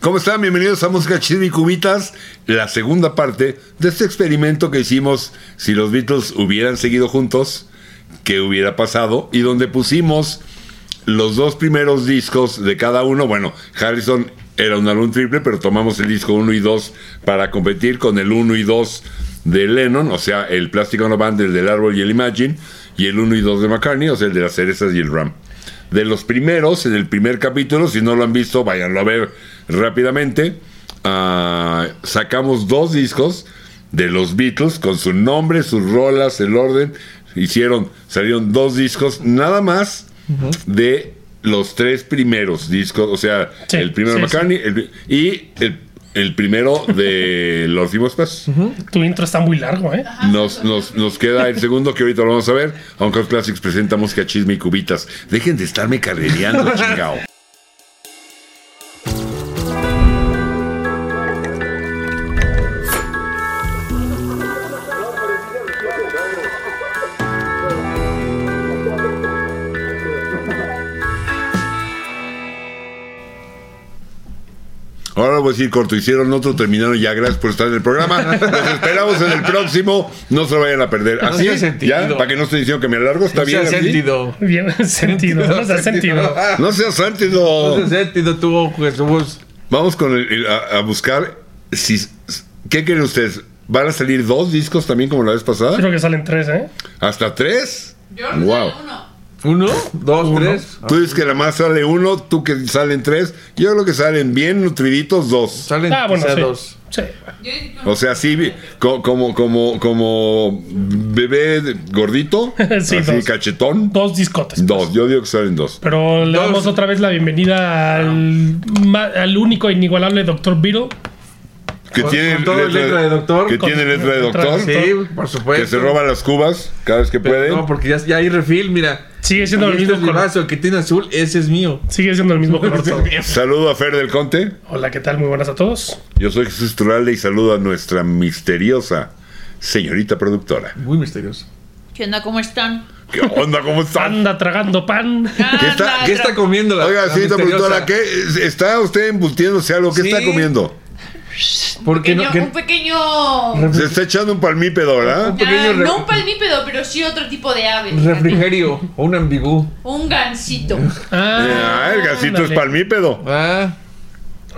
¿Cómo están? Bienvenidos a Música Chida y Cubitas, la segunda parte de este experimento que hicimos si los Beatles hubieran seguido juntos, qué hubiera pasado, y donde pusimos los dos primeros discos de cada uno. Bueno, Harrison era un álbum triple, pero tomamos el disco 1 y 2 para competir con el 1 y 2 de Lennon, o sea, el Plastic on a Band, el del árbol y el Imagine, y el 1 y 2 de McCartney, o sea, el de las cerezas y el Ram. De los primeros, en el primer capítulo, si no lo han visto, váyanlo a ver rápidamente. Ah, sacamos dos discos de los Beatles con su nombre, sus rolas, el orden. Hicieron, salieron dos discos nada más de los tres primeros discos, o sea, Sí, el primero sí, de McCartney el- y el, el primero de los Dimospas. Ujú, Tu intro está muy largo, ¿eh? Nos, nos, nos queda el segundo que ahorita lo vamos a ver. Uncle Classics presenta música chisme y cubitas. Dejen de estarme carrereando, chingao. Ahora lo voy a decir corto, hicieron otro, terminaron ya, gracias por estar en el programa. Los esperamos en el próximo, no se lo vayan a perder. Así, tiene sentido. ya, para que no esté diciendo que me alargo, está No bien. sea así? sentido. Bien sentido, no hace sentido. No seas sentido. No sea sentido tú, Jesús. Vamos con el, el- a, a buscar si ¿qué creen ustedes? ¿Van a salir dos discos también como la vez pasada? Creo que salen tres, ¿eh? ¿Hasta tres? Yo no Wow. sé, uno. Uno, dos, tres. Ah, Tú dices que la más sale uno, tú que salen tres. Yo creo que salen bien nutriditos dos. Salen Ah, bueno, quizá sí. dos. Sí. Yo dije que O sea, sí, vi- co- como, como, como bebé de- gordito, Sí, así dos. cachetón. Dos discotes. Dos, yo digo que salen dos. Pero le Dos. damos otra vez la bienvenida al, ma- al único e inigualable Dr. Viro. Que Con- tiene con todo letra de doctor. Que Con- tiene letra de letra de doctor. doctor. Sí, por supuesto. Que se roba las cubas cada vez que Pero puede. No, porque ya, ya hay refill, mira. Sigue siendo Y el este mismo es mi color. vaso, el que tiene azul, ese es mío. Sigue siendo el mismo color. todo. Saludo a Fer del Conte. Hola, ¿qué tal? Muy buenas a todos. Yo soy Jesús Turalde y saludo a nuestra misteriosa señorita productora. Muy misterioso. ¿Qué onda? ¿Cómo están? ¿Qué onda? ¿Cómo están? Anda tragando pan. ¿Qué está- ¿Qué está comiendo la Oiga, la señorita misteriosa? productora, ¿qué es- está usted embutiéndose algo? ¿Qué Sí. está comiendo? Porque no, Pequeño- que- Eh, Un pequeño. Ah, Se está echando un palmípedo, ¿verdad? pequeño re- no un palmípedo, pero sí otro tipo de ave. refrigerio o un ambigú. Un gansito. Ah, el gasito es ándale. palmípedo. Ah,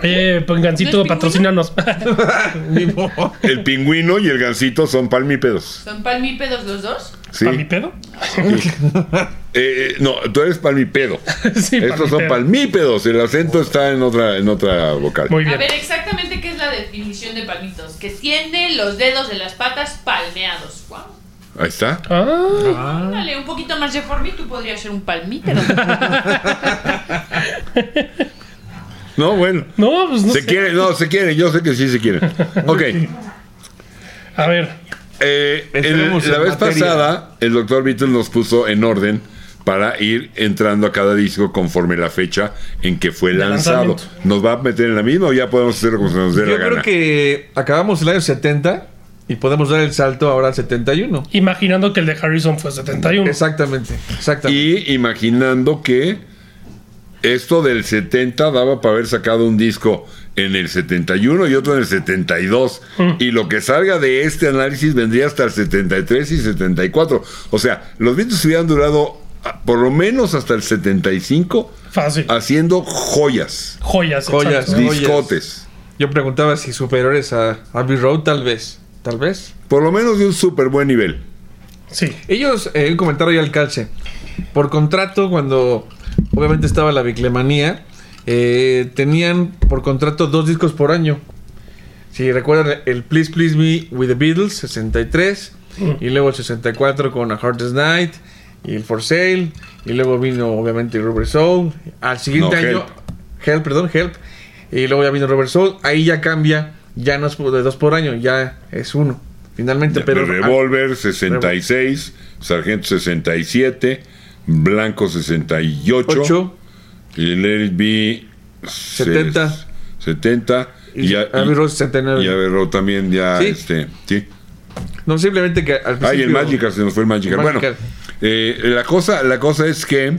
Oye, pues, ¿No Gancito, es pingüino? patrocínanos. mi bo- El pingüino y el gansito son palmípedos. ¿Son palmípedos los dos? ¿sí? ¿Palmipedo? Eh, eh, no, tú eres palmípedo. sí, Estos son palmipedo. palmípedos. El acento está en otra, en otra vocal. Muy A bien. ver, exactamente qué es la definición de palmitos. Que tiene los dedos de las patas palmeados. Guau. Ahí está. Ah, Dale, un poquito más deforme y tú podrías ser un palmípedo. No, bueno. no, pues no Se sé. quiere, no, se quiere. Yo sé que sí se quiere. Ok. A ver, Eh, el- Entremos la en vez materia. pasada, el doctor Beatles nos puso en orden para ir entrando a cada disco conforme la fecha en que fue lanzado. lanzamiento. ¿Nos va a meter en la misma o ya podemos hacerlo como se nos dé Yo la creo gana? que acabamos el año 70 y podemos dar el salto ahora al 71. imaginando que el de Harrison fue 71. Exactamente, exactamente. Y imaginando que esto del 70 daba para haber sacado un disco en el 71 y otro en el 72. Mm. Y lo que salga de este análisis vendría hasta el 73 y 74. O sea, los Beatles hubieran durado ah, por lo menos hasta el 75 Fácil. haciendo Ah, joyas, Joyas. Joyas. exacto. Joyas. discotes. Yo preguntaba si superiores a Abbey Road, tal vez. Tal vez. Por lo menos de un súper buen nivel. Sí. Ellos, eh, un comentario y al calce. Por contrato, cuando obviamente estaba la biclemanía, eh, tenían por contrato dos discos por año. Si recuerdan, el Please Please Me with the Beatles, 63, y luego el 64 con A Hardest Night, y el For Sale, y luego vino obviamente Rubber Soul. Al siguiente No, año, Help. Help, perdón, Help, y luego ya vino Rubber Soul. Ahí ya cambia, ya no es de dos por año, ya es uno. Finalmente, pero. Pero Revolver 66, Sargento 67, Blanco 68, Ocho. y Let It Be 70. 70 y, ya- y- Abbey Road 69. y Abbey Road también ya Sí. este sí. No, simplemente que al principio... Ah, y el Magical, se nos fue el Magical. Magical. Bueno, eh, la, cosa, la cosa es que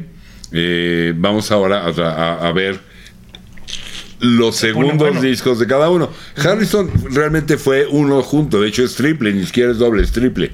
eh, vamos ahora a, a- a ver los pone segundos bueno. discos de cada uno. Harrison realmente fue uno junto, de hecho es triple, ni siquiera es doble, es triple.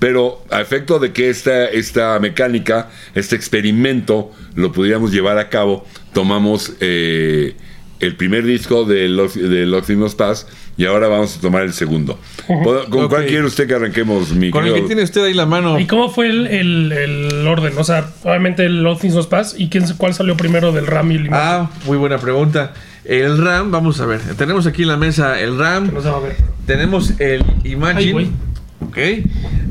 Pero a efecto de que esta, esta mecánica, este experimento, lo pudiéramos llevar a cabo, tomamos eh, el primer disco de Los, de los Mismos Paz y ahora vamos a tomar el segundo. ¿Puedo- ¿Con cuál Ok. quiere usted que arranquemos, mi Con el que querido? tiene usted ahí la mano. ¿Y cómo fue el, el- el orden? O sea, obviamente el All Things Must Pass. ¿Y quién, cuál salió primero del RAM y el Image? Ah, muy buena pregunta. El RAM, vamos a ver. Tenemos aquí en la mesa el RAM. No se va a ver. Tenemos el Ay, Imagine. güey. ok.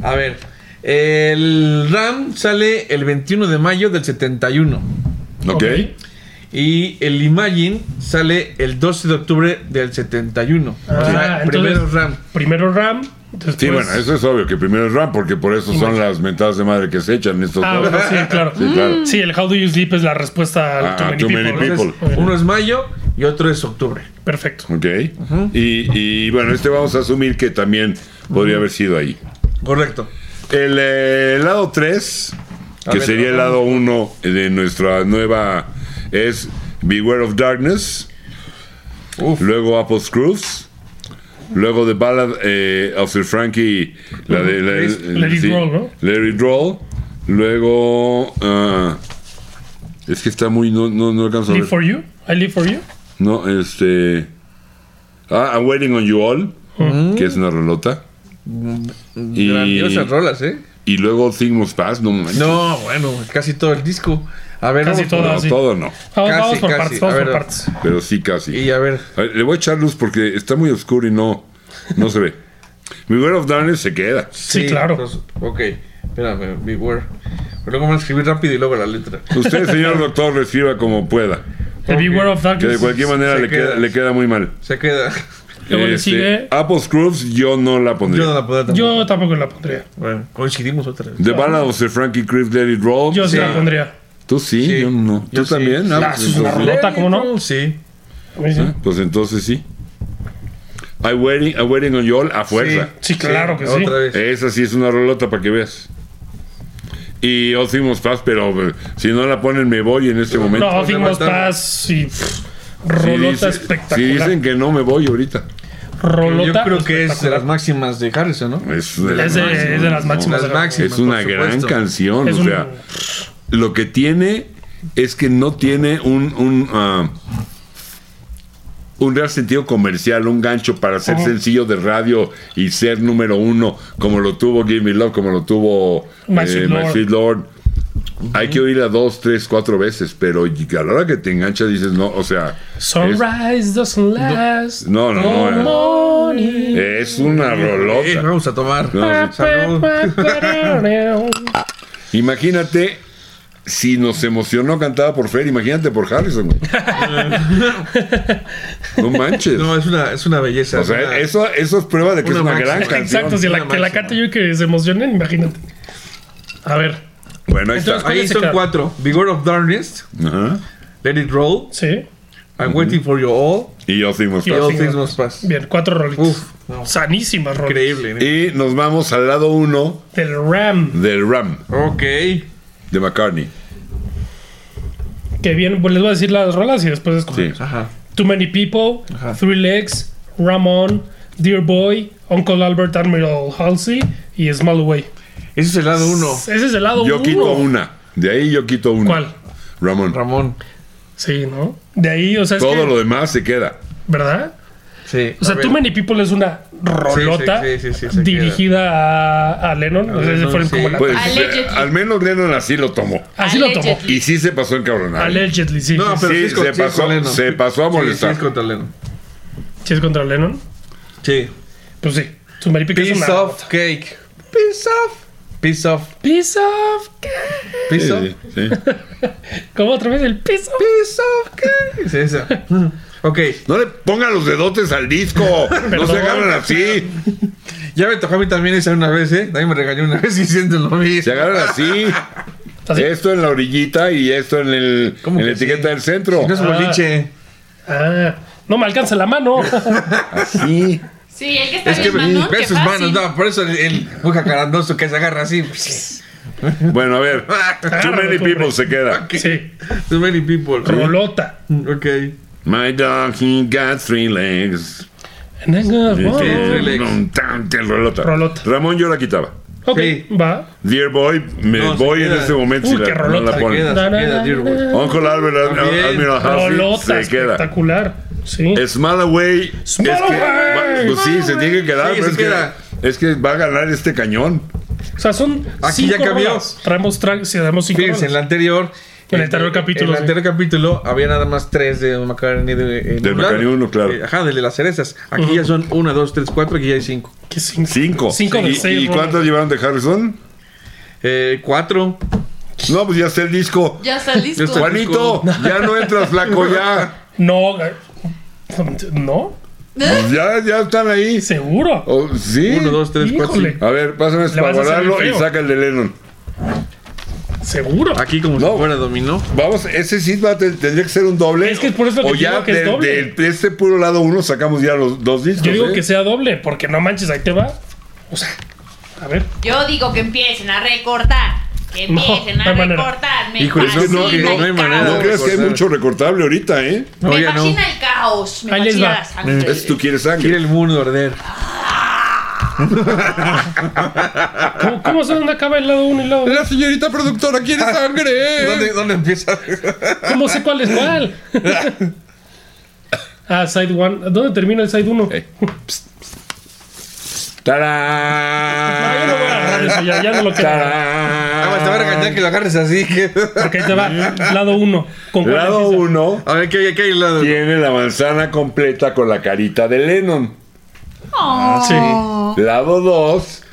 A ver. El RAM sale el 21 de mayo del 71. Ok. Y el Imagine sale el 12 de octubre del 71. o sea, Ah, entonces, primero RAM. Primero RAM. Después... Pues- Sí, bueno, eso es obvio, que primero es RAM, porque por eso son las mentadas de madre que se echan estos Ah, dos. bueno, sí, claro. Sí, claro. Sí, el How Do You Sleep es la respuesta al Ah, Too Many, Too people, Many ¿no? People. Entonces, Uno es mayo y otro es octubre. Perfecto. Ok. y, y, bueno, este vamos a asumir que también podría haber sido ahí. Correcto. El eh, lado 3, A que ver, sería el vamos. lado 1 de nuestra nueva, es Beware of Darkness. Uf. Luego Apple Screws. Luego The Ballad eh, of Sir Frankie. La de, la- Es Let It Roll, ¿no? Let It Roll. Luego. ah, es que está muy. No, no, no alcanzo a Live ver. for You. I Live for You. No, este. Ah, I'm Waiting on You All, que es una rolota. Y, Grandiosas rolas, ¿eh? y luego Thing Must Pass, no manches. No, bueno, casi todo el disco. A ver, Casi vamos todo. No, sí. todo no, Ah, Vamos, Casi, vamos por casi. partes, A vamos ver, por partes. pero sí casi. Y a ver, A ver, Le voy a echar luz porque está muy oscuro y no, no se ve. Beware of Darkness se queda. Sí, claro. entonces, pues, ok, espérame, beware. Pero luego vamos a escribir rápido y luego la letra. Usted, señor doctor, reciba como pueda. The Beware of Que de Darkness. cualquier manera Se le queda, queda. le queda muy mal. Se queda. Luego le Este, sigue- Apple Screws yo no la pondría. Yo no la puedo tampoco. Yo tampoco la pondría. Bueno, coincidimos otra vez. The Ballad of Sir Frankie Creep, Let It Roll. Yo sí, Sí. la pondría. Tú sí, Sí. yo no. Yo Tú sí. también. Ah, Ah, pues eso es una entonces- rolota. ¿Cómo no? Sí. Ah, Pues entonces sí. I waiting, I waiting on you all a fuerza. Sí, claro que sí. Eh, Otra vez. Esa sí es una rolota para que veas. Y All Things Must Pass, pero eh, si no la ponen me voy en este momento. No, Fingos levantar. Pass y pff, Si rolota dice- si espectacular. dicen que no me voy ahorita. rolota Yo creo que es de espectacular. las máximas de Harrison, ¿no? Es de las Es de- máximas, es de las ¿no? máximas. Las máximas. Es una por gran supuesto. canción. Es o un- sea, lo que tiene es que no tiene un, un, ah, un real sentido comercial, un gancho para ser sencillo de radio y ser número uno, como lo tuvo Give Me Love, como lo tuvo My eh, Sweet My Lord. Sweet Lord. Hay que oírla dos, tres, cuatro veces, pero y a la hora que te engancha dices, no, o sea, Sunrise doesn't last. no, no, no, eh. Morning. es una Eh, rolota. vamos a tomar. No, Salud. Imagínate si nos emocionó cantada por Fer, imagínate por Harrison, güey. no manches. No, es una, es una belleza. o sea, Una- eso, eso es prueba de que Una es una máxima. gran canción. Exacto, si la, Una que la máxima. cante yo y que se emocionen, imagínate. A ver, Bueno, ahí está. Entonces, Ahí se son queda? cuatro. Vigor of Darkness, Ajá. Let It Roll, sí. I'm Waiting for You All, Y yo fuimos. Y y Yo All sí, Things no. Must Pass. Bien, cuatro rolitas. Uf, no. Sanísimas rolitas. Increíble. ¿no? Y nos vamos al lado uno Del Ram. del Ram, Ok. de McCartney. Que bien, pues les voy a decir las rolas y después Sí. escogemos. Ajá. Too Many People, Ajá. Three Legs, Ramon, Dear Boy, Uncle Albert Admiral Halsey y Small Way. Ese es el lado uno. Ese es el lado Yo uno. quito una. De ahí yo quito una. ¿Cuál? Ramón. Ramón. Sí, ¿no? De ahí, o sea, es Todo que- lo demás se queda. ¿verdad? Sí. O a sea, ver. Too Many People es una rolota Sí, sí, sí, sí, sí, se dirigida a, a Lennon. A o sea, ese Lennon, fue el- sí. como la- Pues, Allegedly. eh, al menos Lennon así lo tomó. Así lo tomó. Allegedly. Y sí se pasó en cabronal. Allegedly, sí. No, sí, pero Sí, sí es con- se sí es pasó- con Lennon. se pasó a Sí, molestar. Sí, es contra Lennon. sí. ¿Sí es contra Lennon? Sí. Pues sí. Too Many People es Piece una of rolota. cake. Piece of. Piece of. Piece of Sí, Piece of. sí, sí. ¿Cómo otra vez? El piece of Piece of cake. Es esa. Ok. No le pongan los dedotes al disco. no se agarran así. Ya me tocó a mí también esa una vez, ¿eh? También me regañó una vez diciendo lo mismo. Se agarran así. Así. Esto en la orillita y esto en, el, ¿Cómo en la que sí? etiqueta del centro. No es un Ah. boliche. Ah, no me alcanza la mano. Así. Sí, el que está Es que bien manón, que ve sus manos, fácil. no, por eso el, el muy jacarandoso que se agarra así. Bueno, a ver. Too many people se queda. sí. Too many people. Rolota. Ok. My dog, he got three legs. And I got Y one. que- Oh, three legs. un tan, tan, rolota. Rolota. Ramón yo la quitaba. Ok, Sí. va. Dear Boy, me No, se voy en queda. este momento Uy, si qué la, no rolota. la Se ponen. queda, se queda, dear boy. Uncle Albert, Ad- También. Admiral Halsey, Rolota Ah, se queda. espectacular. Sí. Smallaway. es que- Smallaway. pues sí, se tiene que quedar. Sí, pero se es, que- queda. es que va a ganar este cañón. O sea, son. Aquí ya cinco cambió. rolas. Traemos, tra- si damos cinco. Fíjense, en rolas. la anterior. En el eh, anterior capítulo, En el sí. anterior capítulo había nada más tres de McCartney. De, en Del un lado. McCartney uno, claro. Eh, Ajá, del de las cerezas. Aquí ya son una, dos, tres, cuatro. Aquí ya hay cinco. ¿Qué cinco? Cinco. Cinco de ¿Y, seis, ¿y bueno. cuántos llevaron de Harrison? Eh, cuatro. No, pues ya está el disco. Ya está listo. Ya está. Juanito, ya no entras, flaco, ya. No. ga- No, ¿Eh? Ya, ya están ahí. seguro. Oh, sí. Uno, dos, tres, cuatro. Híjole. cinco. A ver, pásame Le vas para a hacer guardarlo el y feo. saca el de Lennon. Seguro. Aquí como No. si fuera dominó. Vamos, ese sí va a te- tendría que ser un doble. Es que es por eso que O te ya digo que es del- doble. del- de este puro lado uno sacamos ya los dos discos. Yo digo ¿eh? que sea doble, porque no manches, ahí te va. O sea, a ver. Yo digo que empiecen a recortar. Que No, empiecen no a hay manera. recortar. Me Híjole, Es que no, fascina no- el no hay manera. No caos. creas que hay mucho recortable ahorita, ¿eh? No, me ya no. fascina el caos. Me Ahí les fascina va. la sangre. Es tú quieres Quiere sangre. el mundo arder. ¿Cómo, cómo se dónde acaba el lado uno y el lado dos? La señorita productora quiere sangre. Ah, ¿Dónde, dónde empieza? ¿Cómo sé cuál es cuál? ah, side one. ¿Dónde termina el side uno? Eh. Ahí no voy a agarrar eso, ya, ya no lo quiero. Ah, te va a regañar que lo agarres así. que- Porque ahí te va. Lado uno. ¿Con cuál Lado empieza? uno A ver, ¿qué hay? ¿Qué hay? al lado? tiene la manzana completa con la carita de Lennon. Sí. Lado 2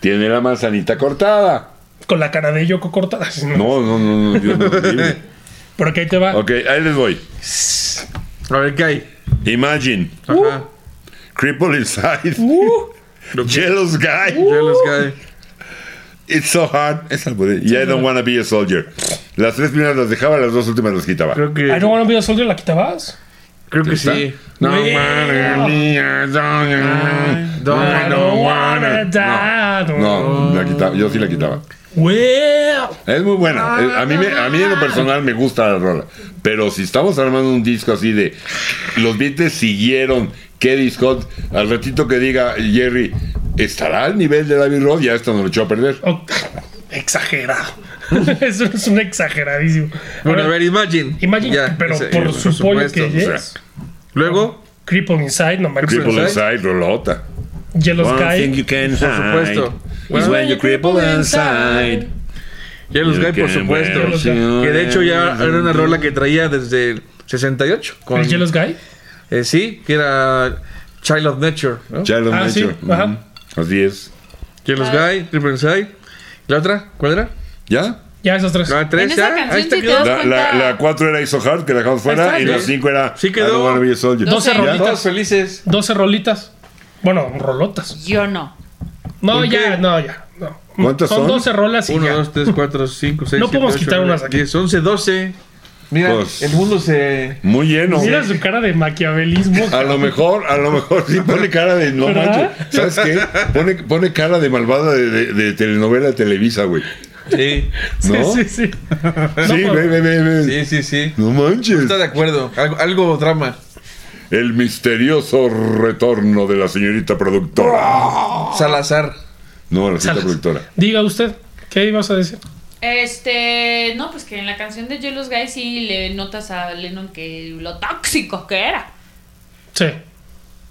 tiene la manzanita cortada. Con la cara de Yoko cortada. No, no, no, no, Dios no libre. Porque ahí te va. Ok, ahí les voy. A ver, ¿qué hay? Imagine, Ajá. Cripple Inside, Uh, Jealous Guy, Ya los cae. It's So Hard, esa la pude- y I Don't Wanna Be a Soldier. Las tres primeras las dejaba, las dos últimas las quitaba. Creo que, I don't wanna be a soldier, la quitabas. creo que ¿Está? sí. No Yeah. wanna be a soldier. Don't I don't wanna- die. No, la quitaba, yo sí la quitaba. Well. Es muy buena. Eh, A mí, me- a mí en lo personal me gusta la rola. Pero si estamos armando un disco así de los Beatles siguieron, qué disco, al ratito que diga Jerry, ¿estará al nivel de David Roth? Ya esto nos lo echó a perder. Oh, exagerado. Eso es un exageradísimo. Bueno, Ahora, a ver, Imagine. Imagine, Ya, pero ese, por eh, su pollo que supuesto, o sea. es. Luego, Cripple Inside, no manches. Cripple Inside. Inside, rolota. Yellow One thing Sky. you can ¿eh? Pues Por hide supuesto. is Bueno. when you cripple inside. ya los You Pues cae, por can supuesto. wear shoes. Que de hecho ya era una rola que traía desde el 68. Con, ¿El Yellow Sky? eh, sí, que era Child of Nature. ¿no? Child of Ah, Nature. sí, Ujú. ajá. Así es. Yellow's Guy, Triple Inside. ¿La otra? ¿Cuál era? ¿Ya? Ya esas tres. La tres, En esa ya. canción Ahí está sí te quedó. La, das la, cuenta? la cuatro era Iso Hard, que la dejamos fuera, Exacto. y la cinco era Sí I quedó. Don't Wanna Be a Soldier. Doce ¿Ya? rolitas. Todos felices. 12 rolitas. Bueno, rolotas. Yo no. No, ¿Por ya, qué? no, ya. No. ¿Cuántas son? 12 rolas y 1, ya. 2, 3, 4, 5, 6, No podemos quitar unas aquí. 10, 11, 12. Mira, Pues- el mundo se... Muy lleno. Mira su cara de maquiavelismo. A lo mejor, a lo mejor sí pone cara de no ¿Verdad? manches. ¿Sabes qué? Pone, pone cara de malvada de, de- de telenovela de Televisa, güey. Sí, Sí, ¿no? sí, sí. Sí, pues- ve, ve, ve, ve. sí, sí, sí. No manches. Está de acuerdo. Algo, algo drama. El misterioso retorno de la señorita productora. Salazar. No, la señorita Salas. productora. Diga usted, ¿qué ibas a decir? Este, no, pues que en la canción de Jealous Guy sí le notas a Lennon que lo tóxico que era. Sí.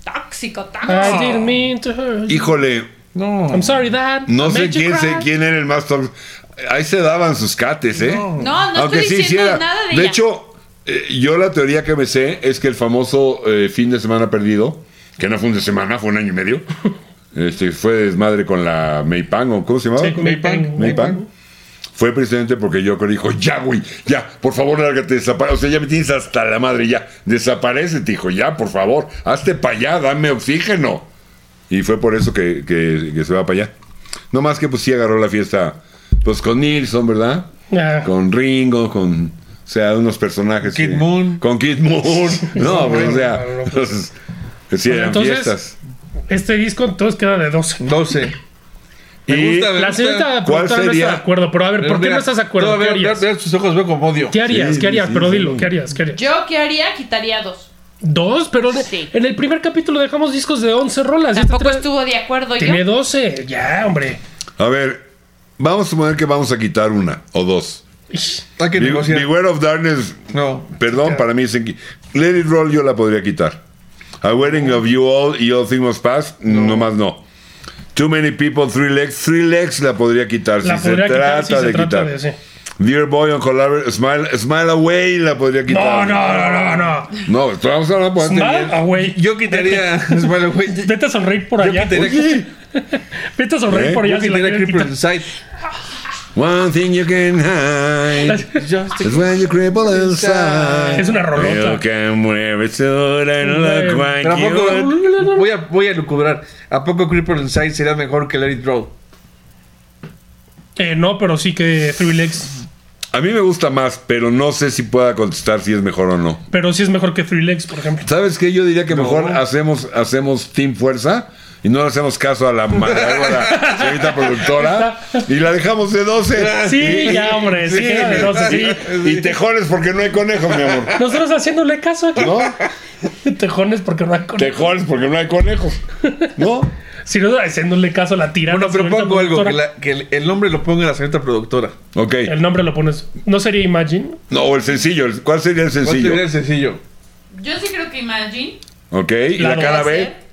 Tóxico, I tóxico. didn't mean to hurt you. Híjole, No. I'm sorry, Dad. I no sé made you quién, cry. sé quién era el más tóxico. Ahí se daban sus cates, ¿eh? No. No, no Aunque estoy sí diciendo hiciera. nada de de ella. hecho, eh, yo la teoría que me sé es que el famoso eh, fin de semana perdido, que no fue un de semana, fue un año y medio, este, fue desmadre con la Meipang, ¿o ¿cómo se llamaba? Sí, con Maypang. Meipang. Fue presidente porque yo creo que dijo, ya, güey, ya, por favor, lárgate, desaparece. O sea, ya me tienes hasta la madre, ya, desaparece, dijo, ya, por favor, hazte para allá, dame oxígeno. Y fue por eso que, que- que se va para allá. No más que pues sí agarró la fiesta, pues con Nilsson, ¿verdad? Ah, con Ringo, con o sea, unos personajes. Kid que- Moon. Con Kid Moon. No, pues, o sea, no, no, no, pues, sí, eran entonces, fiestas. Este disco entonces queda de 12. 12. Y- me La señorita ¿Cuál productora no sería? está de acuerdo, pero a ver, ¿por qué no estás de acuerdo? No, ¿Qué veo, veo, harías? veo sus ojos, veo como odio. ¿Qué harías? Sí, ¿Qué harías? sí, Pero sí. dilo, ¿qué harías? ¿Qué harías? Yo qué haría, quitaría dos. Dos, pero de- Sí. en el primer capítulo dejamos discos de 11 rolas. y este Tampoco trae- estuvo de acuerdo yo. Tiene 12. Ya, hombre. A ver, vamos a suponer que vamos a quitar una o dos. Ish. Hay que Be- negociar. Beware of Darkness. No. Perdón, para mí es en... Let It Roll yo la podría quitar. A Wedding of You All y All Things Must Pass, no más no. Too Many People, Three Legs. Three Legs la podría quitar La Pues si podría se quitar trata si de se trata quitar. de. sí. Dear Boy on Collaborative, Smile, Smile Away la podría No, quitar. no, no, no, no. No, esto vamos a hablar por antes Mal, bien. ah, güey. Yo quitaría. bueno, güey. Yo Vete a sonreír por allá. quitaría- Vete a sonreír ¿Eh? por allá. yo si la quitaría quieren Creeper quitar. Inside. One thing you can hide. Just It's when you cripple inside. Es una rolota. You can wear it so that look like Pero ¿a you poco- want. voy, a, voy a lucubrar. ¿A poco Creeper Inside sería mejor que Let It Roll? Eh, no, pero sí que Three Legs. A mí me gusta más, pero no sé si pueda contestar si es mejor o no. Pero sí es mejor que Three Legs, por ejemplo. ¿Sabes qué? Yo diría que mejor hacemos, hacemos Team Fuerza y no le hacemos caso a la madragora señorita productora y la dejamos de 12. Sí, ya, hombre. Sí, Sí. era de 12, sí. Y tejones porque no hay conejos, mi amor. Nosotros haciéndole caso aquí. ¿No? Tejones porque no hay con... Tejones porque no hay conejos. ¿No? Si no, haciéndole caso a la tirana. Bueno, señorita propongo algo. Que, productora. la- que el, el nombre lo ponga la señorita productora. Ok. El nombre lo pones. ¿No sería Imagine? No, o el sencillo. el- ¿Cuál sería el ¿Cuál sencillo? sería el sencillo? Yo sí creo que Imagine. Ok. ¿Y la Claro. cara puede B? ser.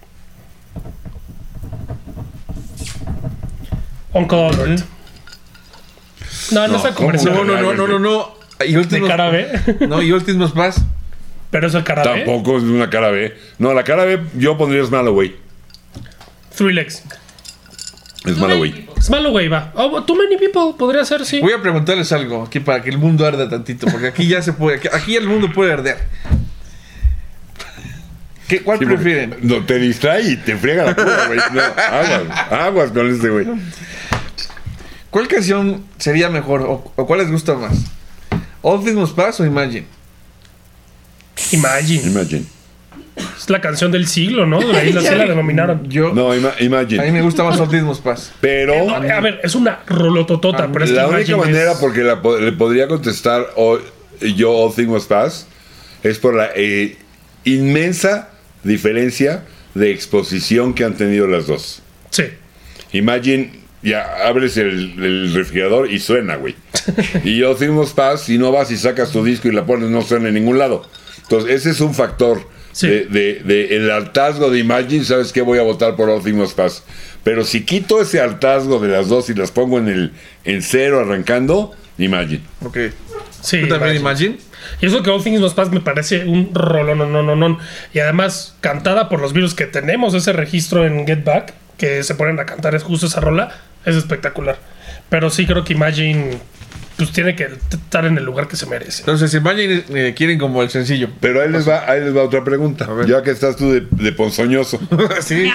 Uncovered. No, no, No, está ¿cómo conversando. No, no, no, no, no, no. Y All Things ¿De Must- cara B? No, y All Things Must Pass. Pero eso es cara B. Tampoco es una cara B. No, la cara B yo pondría es malo, güey. Three Legs. Es Too malo, many güey. people. Small Away va. Oh, too many people. Podría ser, sí. Voy a preguntarles algo aquí para que el mundo arda tantito. Porque aquí ya se puede. Aquí, aquí el mundo puede arder. ¿Qué, ¿Cuál Sí, porque- prefieren? No, te distrae y te friega la cura, güey. No, aguas, aguas con este, güey. ¿Cuál canción sería mejor o, o cuál les gusta más? All Things Must Pass o Imagine? Imagine. Imagine. Es la canción del siglo, ¿no? De ahí la, sí la denominaron. Mm, Yo, No, ima- a mí me Imagine. gusta más All Things Must Pass. Pero No, a ver, es una rolototota, pero es que Ah, la única Imagine manera es- porque la po- le podría contestar o- yo All Things Must Pass es por la eh, inmensa diferencia de exposición que han tenido las dos. Sí. Imagine, ya abres el, el refrigerador y suena, güey. y yo hicimos paz, si no vas y sacas tu disco y la pones, no suena en ningún lado. Entonces, ese es un factor Sí. de, de- de el hartazgo de Imagine, sabes que voy a votar por Optimus Pass. Pero si quito ese hartazgo de las dos y las pongo en el en cero arrancando, Imagine. Ok. Sí. ¿Tú también Imagine. Imagine? Y eso que All Things Must Pass me parece un rolón, no, no, no, no. Y además, cantada por los virus que tenemos, ese registro en Get Back, que se ponen a cantar es justo esa rola, es espectacular. Pero sí creo que Imagine, pues tiene que estar en el lugar que se merece. Entonces, Imagine eh, quieren como el sencillo. Pero ahí les va, ahí les va otra pregunta. ver. Ya que estás tú de, de ponzoñoso. sí.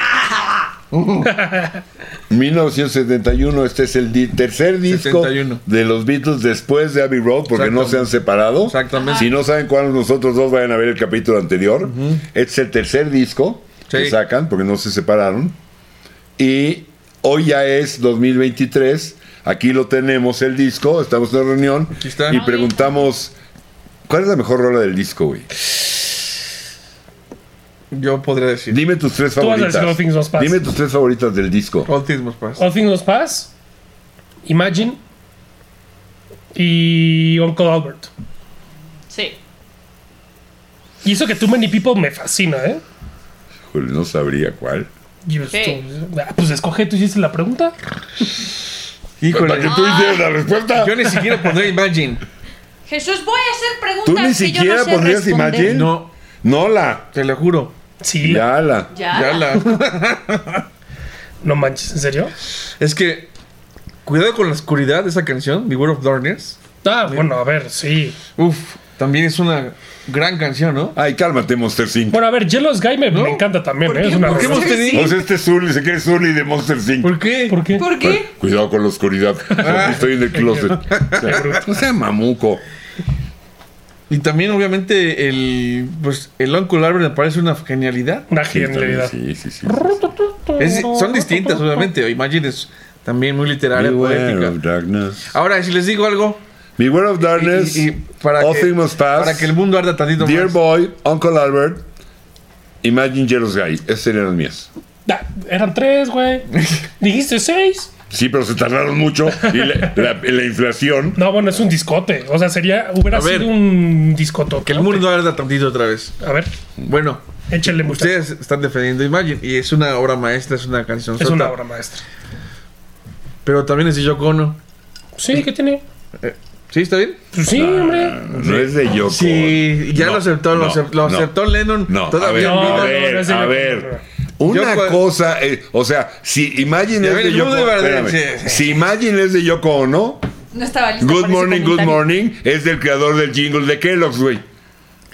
1971, este es el di- tercer disco 71. de los Beatles después de Abbey Road, porque no Exactamente. se han separado. Exactamente. Si no saben cuál de nosotros dos, vayan a ver el capítulo anterior. Este es el tercer disco que Sí. sacan, porque no se separaron. Y hoy ya es 2023. Aquí lo tenemos, el disco. Estamos en una reunión. Aquí está. Y preguntamos, ¿cuál es la mejor rola del disco, güey? Yo podría decir. Dime tus tres Tú vas a decir favoritas. All Things Must Pass. Dime tus tres favoritas del disco. All Things Must Pass. All Things Must Pass, Imagine y Uncle Albert. Sí. Y eso que Too Many People me fascina, ¿eh? Híjole, no sabría cuál. Y esto- Sí. ah, pues escoge, tú hiciste la pregunta. ¿Para Híjole. que tú hicieras la respuesta? Yo ni siquiera pondría Imagine. Jesús, voy a hacer preguntas. Tú ni que yo siquiera no sé podrías responder. Imagine. No, No la. te lo juro. Sí, Ya la. Ya. Ya la. no manches, ¿en serio? Es que. Cuidado con la oscuridad de esa canción, Beware of Darkness. Ah, bueno, a ver, sí. Uf, también es una gran canción, ¿no? Ay, cálmate, Monster 5. Bueno, a ver, Jealous Guy me, ¿No? me encanta también, ¿Por ¿eh? qué? Es una ¿Por qué rola. hemos tenido- O sea, este es Zully, se cree Zully de Monster Sync. ¿Por qué? ¿Por qué? ¿Por qué? Cuidado con la oscuridad. Estoy en el closet. No sea mamuco. Y también, obviamente, el. Pues el Uncle Albert me parece una genialidad. Una Sí, también, genialidad. sí, sí, sí. Es- son distintas, obviamente. Imagine es también muy literaria, Beware of poética. Darkness. Ahora, si les digo algo. Beware of y- Darkness. y- y para, All que, Things Must Pass. para que el mundo arda tantito Dear más. Boy, Uncle Albert, Imagine Jealous Guy. Esas serían las mías. Ah, eran tres, güey. Dijiste seis. Sí, pero se tardaron mucho y la, la- la inflación. No, bueno, es un discote. O sea, sería. Hubiera A ver. sido un discoto. Que el mundo arda tantito otra vez. A ver, Bueno, échenle muchas. ustedes están defendiendo Imagine y es una obra maestra, es una canción Es una obra maestra. Pero también es de Yoko Ono. Sí, ¿qué tiene? ¿Sí? ¿Está bien? Pues sí, Ah. hombre. No es de Yoko. Sí, ya No, lo aceptó, lo, no, acep- lo no. aceptó Lennon. No, a ver, todavía no, a no, ver, no es de a Yoko. ver. Una Yoko- cosa, eh, o sea, si Imagine Ya es ven, de el Yoko, mundo de Bardem, espérame, sí, sí. si Imagine es de Yoko o no, No estaba lista. Good para ese Morning, Good comentario. Morning es del creador del jingle de Kellogg's, güey.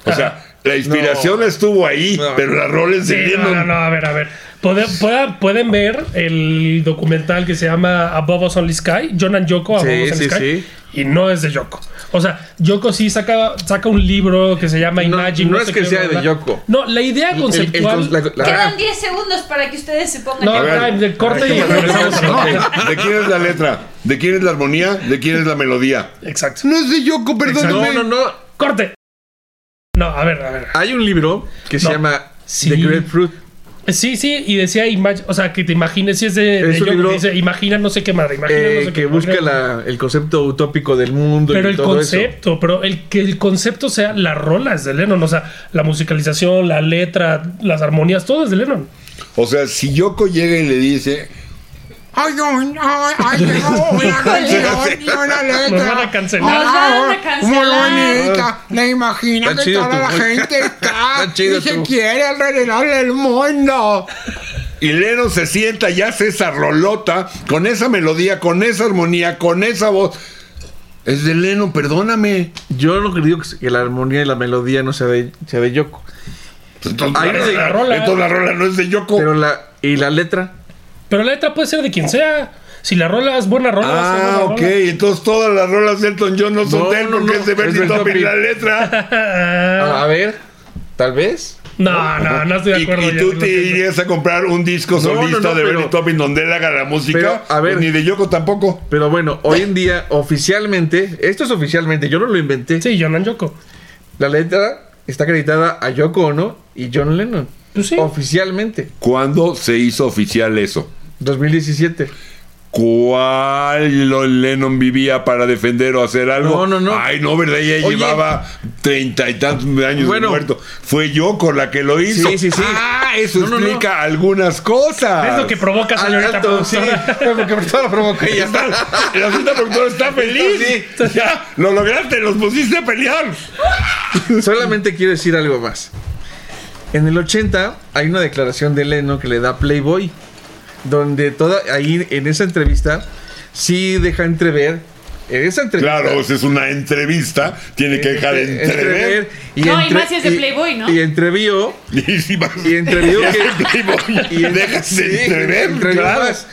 O sea, la inspiración estuvo ahí, No. pero la rol es Sí, de no, no, Lennon. no, a ver, a ver. Puede- pueda- pueden ver el documental que se llama Above Us Only Sky, John and Yoko, Above Sí, Us Only sí, Sky, y no es de Yoko. O sea, Yoko sí saca, saca un libro que se llama No, Imagine. no es sé que qué, sea de bla, bla. Yoko. No, la idea El- el- conceptual. la- la- Quedan 10 segundos para que ustedes se pongan. no, A en- ver. Prime, del Ah, corte y regresamos al corte. ¿De quién es la letra? ¿De quién es la armonía? ¿De quién es la melodía? Exacto. No es de Yoko, No, perdóname. no, no. Corte. No, a ver, a ver. Hay un libro que se No. llama Sí. The Great Fruit. Sí, sí, y decía, imag- o sea, que te imagines, si es de, Es de un Yoko, libro- dice, imagina no sé qué madre, imagina eh, no sé qué que busca madre. la- el concepto utópico del mundo Pero y el todo concepto, pero el que el concepto sea las rolas de Lennon, o sea, la musicalización, la letra, las armonías, todo es de Lennon. O sea, si Yoko llega y le dice. Ay, no, no, ay, no, una canción y una letra. Nos van a cancelar. Nos van a cancelar. Muy bonita. La imagina Está que chido toda la tú. gente está. Está chido y se tú. quiere alrededor del mundo. Y Lennon se sienta y hace esa rolota con esa melodía, con esa armonía, con esa voz. Es de Lennon, perdóname. eso. Yo no digo que- que la armonía y la melodía no sea de, sea de Yoko. Entonces, Ahí no la, se- la rola. entonces la rola no es de Oh. Yoko. Pero la, y la letra. Pero la letra puede ser de quien sea. Si la rola es buena rola, es buena Ah, rola. ok. Entonces todas las rolas de Elton John no son No, de él no, porque no. es de Es Bernie del Taupin Taupin. la letra. Ah. A, a ver, tal vez. No, no, no estoy de Y, acuerdo. y ya, tú lo te siento. irías a comprar un disco No, no, solista no, de pero- Bernie Taupin donde él haga la música. pues, Pero, a ver. ni de Yoko tampoco. Pero bueno, hoy en día, oficialmente, esto es oficialmente, yo no lo inventé. Sí, John and Yoko. La letra está acreditada a Yoko Ono y John Lennon. Pues sí. Oficialmente, ¿Cuándo se hizo oficial eso? 2017. ¿Cuál lo- Lennon vivía para defender o hacer algo? No, no, no. Ay, no, ¿verdad? Ella Oye. llevaba treinta y tantos años de Bueno. muerto. Fue Yoko la que lo hizo. Sí, sí, sí. Ah, eso No, no, no. explica algunas cosas. Es lo que provoca, Al señorita. alto, Ah, sí, productora. porque por todo lo provoqué y ya está. La cinta productora está feliz. Ya, lo lograste, los pusiste a pelear. Solamente quiero decir algo más. En el 80 hay una declaración de Lennon que le da Playboy, donde toda ahí en esa entrevista sí deja entrever en esa entrevista Claro, pues es una entrevista, tiene que dejar eh, entrever. y No, y más si es de Playboy, ¿no? Y entrevió Y si vas- y entrevió ya que se Playboy, y en- dejas sí, entrever, entrevió claro. más.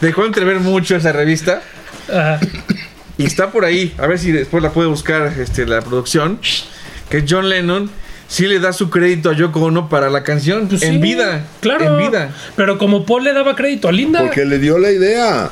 Dejó entrever mucho esa revista Ajá. y está por ahí. A ver si después la puede buscar este, la producción. Que John Lennon sí le da su crédito a Yoko Ono para la canción. Pues en sí, vida. Claro. En vida. Pero como Paul le daba crédito a Linda. Porque le dio la idea.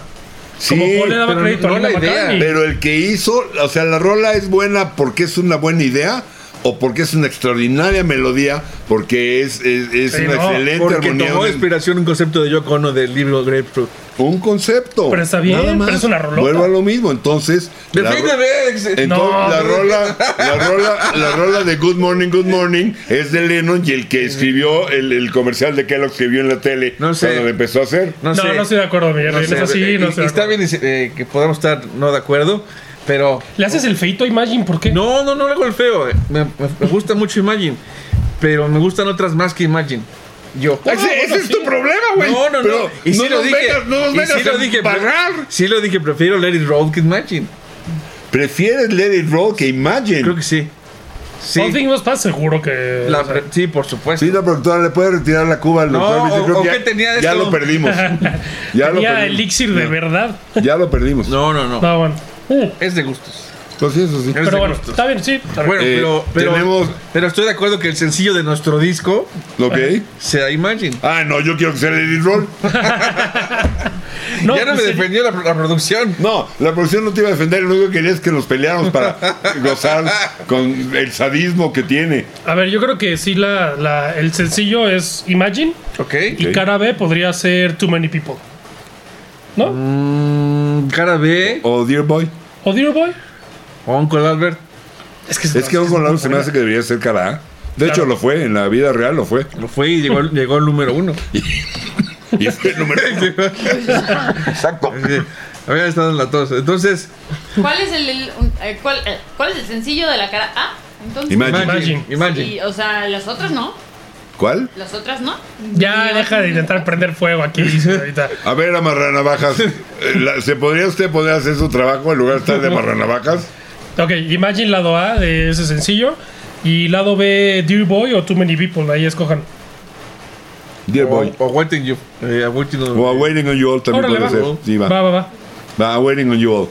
Sí, como Paul le daba pero crédito no a Linda la idea. McCartney. pero el que hizo, o sea, la rola es buena porque es una buena idea. O porque es una extraordinaria melodía, porque es, es, es Sí, una no, excelente Porque armonía, tomó un- de inspiración un concepto de Yoko Ono del libro Grapefruit. un concepto. Pero está bien, nada más. pero es una rolota. Vuelvo a lo mismo, entonces. la ro- Defíneme, Entonces, No, la, no. rola, la, rola, la rola de Good Morning, Good Morning es de Lennon y el que escribió el, el comercial de Kellogg que vio en la tele No sé. cuando lo empezó a hacer. No, no estoy de acuerdo, Miguel. No No sé, es así, eh, no y- estoy y de está acuerdo. bien eh, que podamos estar no de acuerdo, pero ¿Le haces el feito a Imagine? ¿Por qué? No, no, no le hago el feo. eh. Me, me- me gusta mucho Imagine. Pero me gustan otras más que Imagine. Yo. ese ese bueno, es tu sí. problema, güey. Ah, No, no, Pero no. Y sí lo nos dije. vengas- no nos y vengas sí lo a dije. pre- embarrar. Sí lo dije. Prefiero Let It Roll que Imagine. ¿Prefieres Let It Roll que Imagine? Creo que sí. All Sí. Things Must Pass, seguro que. La o sea, pre- sí, por supuesto. Sí, la productora le puede retirar la cuba al No, doctor. Vicente, o- creo que o ya, qué tenía de ya esto. lo perdimos. Ya lo tenía perdimos. elixir de verdad. Ya lo perdimos. No, no, no. No, bueno. Uh, Es de gustos. Pues sí, eso sí. Es de Pero bueno, gustos. está bien, sí. está bien. Bueno, Eh, pero, pero, tenemos- pero estoy de acuerdo que el sencillo de nuestro disco Ok. sea Imagine. Ah, no, yo quiero que sea Lady Roll. No, ya no me pues, sí. defendió la, la producción. No, la producción no te iba a defender, lo único que quería es que nos peleáramos para gozar con el sadismo que tiene. A ver, yo creo que sí, la, la- el sencillo es Imagine Ok. y Ok. cara B podría ser Too Many People. ¿No? Mm, cara B, Oh, Dear Boy. ¿O Dear Boy? Uncle Albert. Es que, Es que es Uncle muy Lalo se me buena. hace que debería ser cara A. De Claro. hecho, lo fue, en la vida real lo fue. Lo fue y llegó, al- llegó el número uno. Y fue el número uno. Exacto. Así de, Había estado en la tos. Entonces, ¿Cuál es el, el- un- eh, cuál, eh, cuál es el sencillo de la cara A? Entonces, Imagine. Imagine. Imagine. Imagine. Y, o sea, las otras no. ¿Cuál? Las otras no. Ya Ni- deja de intentar prender fuego aquí, señorita. A ver, amarranavajas. eh, la- ¿Se podría usted poder hacer su trabajo en lugar de estar de amarranavajas? Ok, Imagine lado A de ese sencillo y lado B Dear Boy o Too Many People, ahí escojan. Dear o, Boy. o Waiting You. eh, Waiting on- O A Waiting on You All también Órale, puede va. ser. Sí, Va, va. va, va. Va, A Waiting on You All.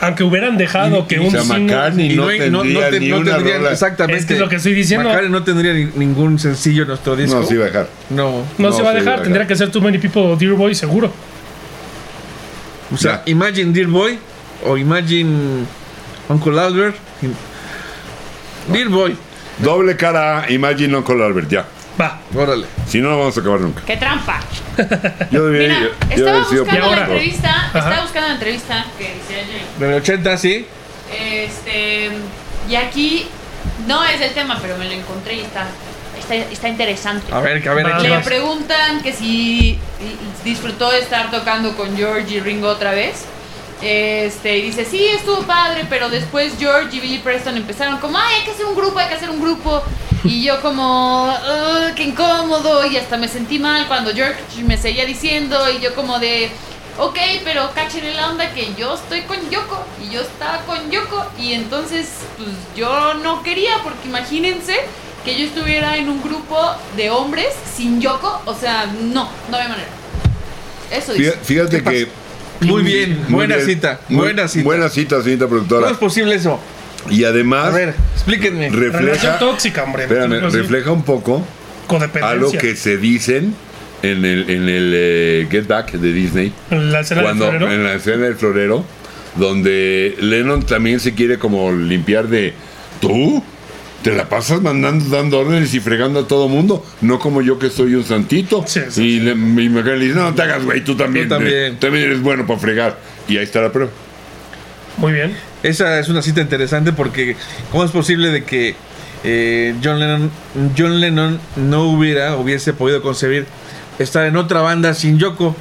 Aunque hubieran dejado Y- que y O un sea, single- McCartney Y no, no, no- no tendría te- ni no una tendría- rola. Exactamente. Es que es lo que estoy diciendo. Macario no tendría ni- ningún sencillo en nuestro disco. No, sí va a dejar. No. No, No, se va a sí, dejar, va a tendría dejar. que ser Too Many People o Dear Boy seguro. O sea, Ya. Imagine Dear Boy o Imagine Uncle Albert. Im- Dear Boy. Doble cara A, Imagine Uncle Albert, ya. Va. Órale. Si no, no vamos a acabar nunca. ¡Qué trampa! Yo debería, Mira, yo- yo estaba haber sido buscando la ahora. productor. entrevista. Estaba Ajá. buscando la entrevista que decía Jay. En el 80, sí. Este. Y aquí. No es el tema, pero me lo encontré y está. Está, está interesante. A ver, que a ver, Va. échale. Le Además. preguntan que si disfrutó de estar tocando con George y Ringo otra vez. Este, y dice, sí, estuvo padre, pero después George y Billy Preston empezaron como, ay, hay que hacer un grupo, hay que hacer un grupo. Y yo como, "Ugh, qué incómodo, y hasta me sentí mal cuando George me seguía diciendo, y yo como de, ok, pero cáchenle la onda que yo estoy con Yoko, y yo estaba con Yoko, y entonces, pues yo no quería, porque imagínense que yo estuviera en un grupo de hombres sin Yoko, o sea, no, no había manera. Eso dice. Fí- Fíjate que. Muy bien. muy buena bien, cita. muy- buena cita. Buena cita, señorita ¿Cómo es productora. posible eso? Y A además, ver, explíquenme. refleja. Relación tóxica, hombre. Espérame, Algo así. refleja un poco a lo Codependencia. que se dicen en el, en el eh, Get Back de Disney, La escena cuando de febrero. en la escena del florero, donde Lennon también se quiere como limpiar de tú. Te la pasas mandando, dando órdenes y fregando a todo mundo, no como yo que soy un santito. Sí, sí, y le, y Macaulay le dice, no, no te hagas, güey, tú también. eh, también. también eres bueno para fregar. Y ahí está la prueba. Muy bien. Esa es una cita interesante porque ¿cómo es posible de que eh, John, Lennon, John Lennon no hubiera, hubiese podido concebir estar en otra banda sin Yoko?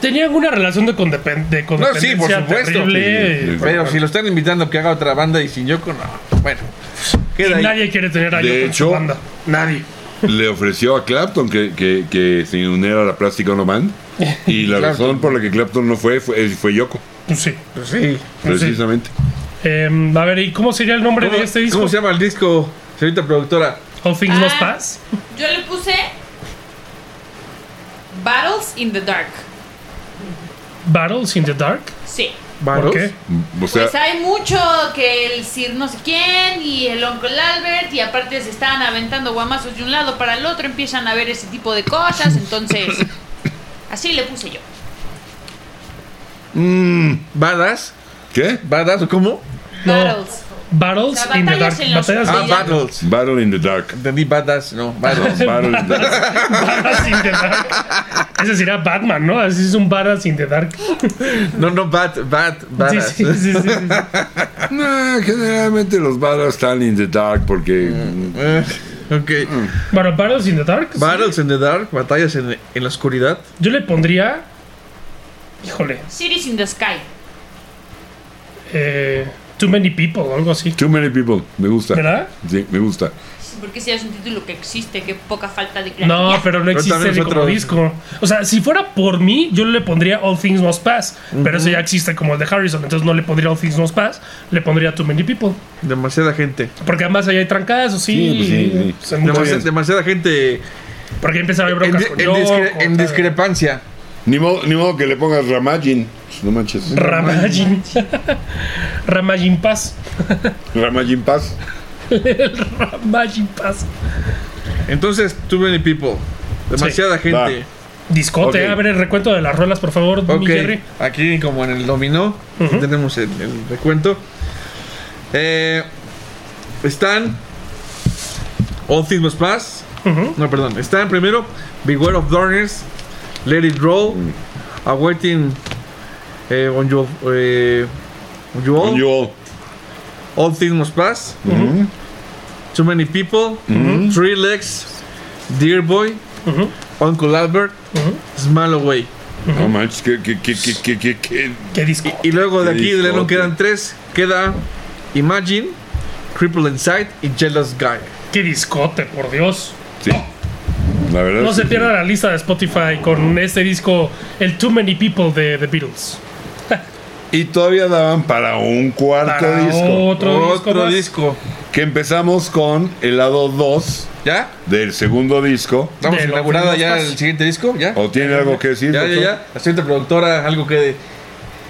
Tenían una relación de, condepen- de por codependencia supuesto. terrible. Sí, sí, sí. Pero si lo están invitando a que haga otra banda y sin Yoko, no. Bueno, Y queda ahí. nadie quiere tener a De Yoko en su hecho, banda. Nadie. le ofreció a Clapton que, que- que se uniera a la Plastic Ono Band. Y la Clapton. razón por la que Clapton no fue fue, fue Yoko, Pues sí. Pues sí. Pues sí. precisamente. Em, a ver, ¿y cómo sería el nombre ¿Cómo, de este disco? cómo se llama el disco, señorita productora? All Things Must Ah. Pass. Yo le puse Battles in the Dark. Battles in the Dark. Sí. ¿Por qué? O sea, pues hay mucho que el Sir no sé quién y el Uncle Albert y aparte se están aventando guamazos de un lado para el otro, empiezan a ver ese tipo de cosas, entonces así le puse yo. mm, ¿Badas? ¿qué? ¿Badas o cómo? No. Battles. Battles O sea, in the Dark. batallas en los- Batallas Ah, Sí, ya. Battles. Battle in the Dark. Entendí Badas, No, no, Badas. Battle in the Dark. Ah. Battles in the Dark. Ese sería Batman, ¿no? Así es un Battles in the Dark. No, no, Bad, Bad, Sí, Badas. sí, sí, sí, sí. Nah, generalmente los battles están in the dark porque. Mm. Eh, ok. Bueno, Battles in the Dark. sí. Battles in the Dark, batallas en, en la oscuridad. Yo le pondría. Híjole. Cities in the Sky. eh, too Many People o algo así. Too many people, me gusta. ¿Verdad? Sí, me gusta. Sí, Porque si es un título que existe, qué poca falta de claridad. No, pero no existe también es ni como otro- disco. O sea, si fuera por mí, yo le pondría All Things Must Pass. Pero ese ya existe como el de Harrison. Entonces no le pondría All Things Must Pass. Le pondría Too Many People. Demasiada gente. Porque además allá hay trancas, o sí. Sí, pues sí, sí. o sea, Demasi- muchas- demasiada gente porque ahí empieza a haber en, broncas di- con en Yoko, discre- en tal. discrepancia. Ni modo, ni modo que le pongas Ramajin. No manches. Ramajin. Ramajin Paz. Ramajin Paz. Ramajin Paz. Entonces, too many people. Demasiada gente. Discote, Ok. a ver el recuento de las rolas, por favor, mi Ok, Jerry. aquí como en el dominó, Ujú. tenemos el, el recuento. Eh, están All Things Must Pass. Ujú. No, perdón. Están primero Beware of Darkness, Let It Roll, Mm. Awaiting eh, on, you, eh, on Oh. You All, On you all. All Things Must Pass, Ujú. Too Many People, Mm-hmm. Three Legs, Dear Boy, Ujú. Uncle Albert, Ujú. Smile Away. No manches, que, que, que, que, que, que, que- Qué disco. Y luego de Qué aquí de Lennon discote. quedan tres. Queda Imagine, Cripple Inside y Jealous Guy. Qué discote, por Dios. Sí. La verdad. No es se que sí. pierda la lista de Spotify con este disco, el Too Many People de The Beatles. Y todavía daban para un cuarto Para disco. otro, disco. más. disco. Que empezamos con el lado 2 ¿Ya? del segundo disco. Estamos De lo inaugurada que ya nos pasa. el siguiente disco, ¿ya? ¿O tiene algo que decir? Ya, Eh, ya, doctor? ya. La siguiente productora, algo que... de-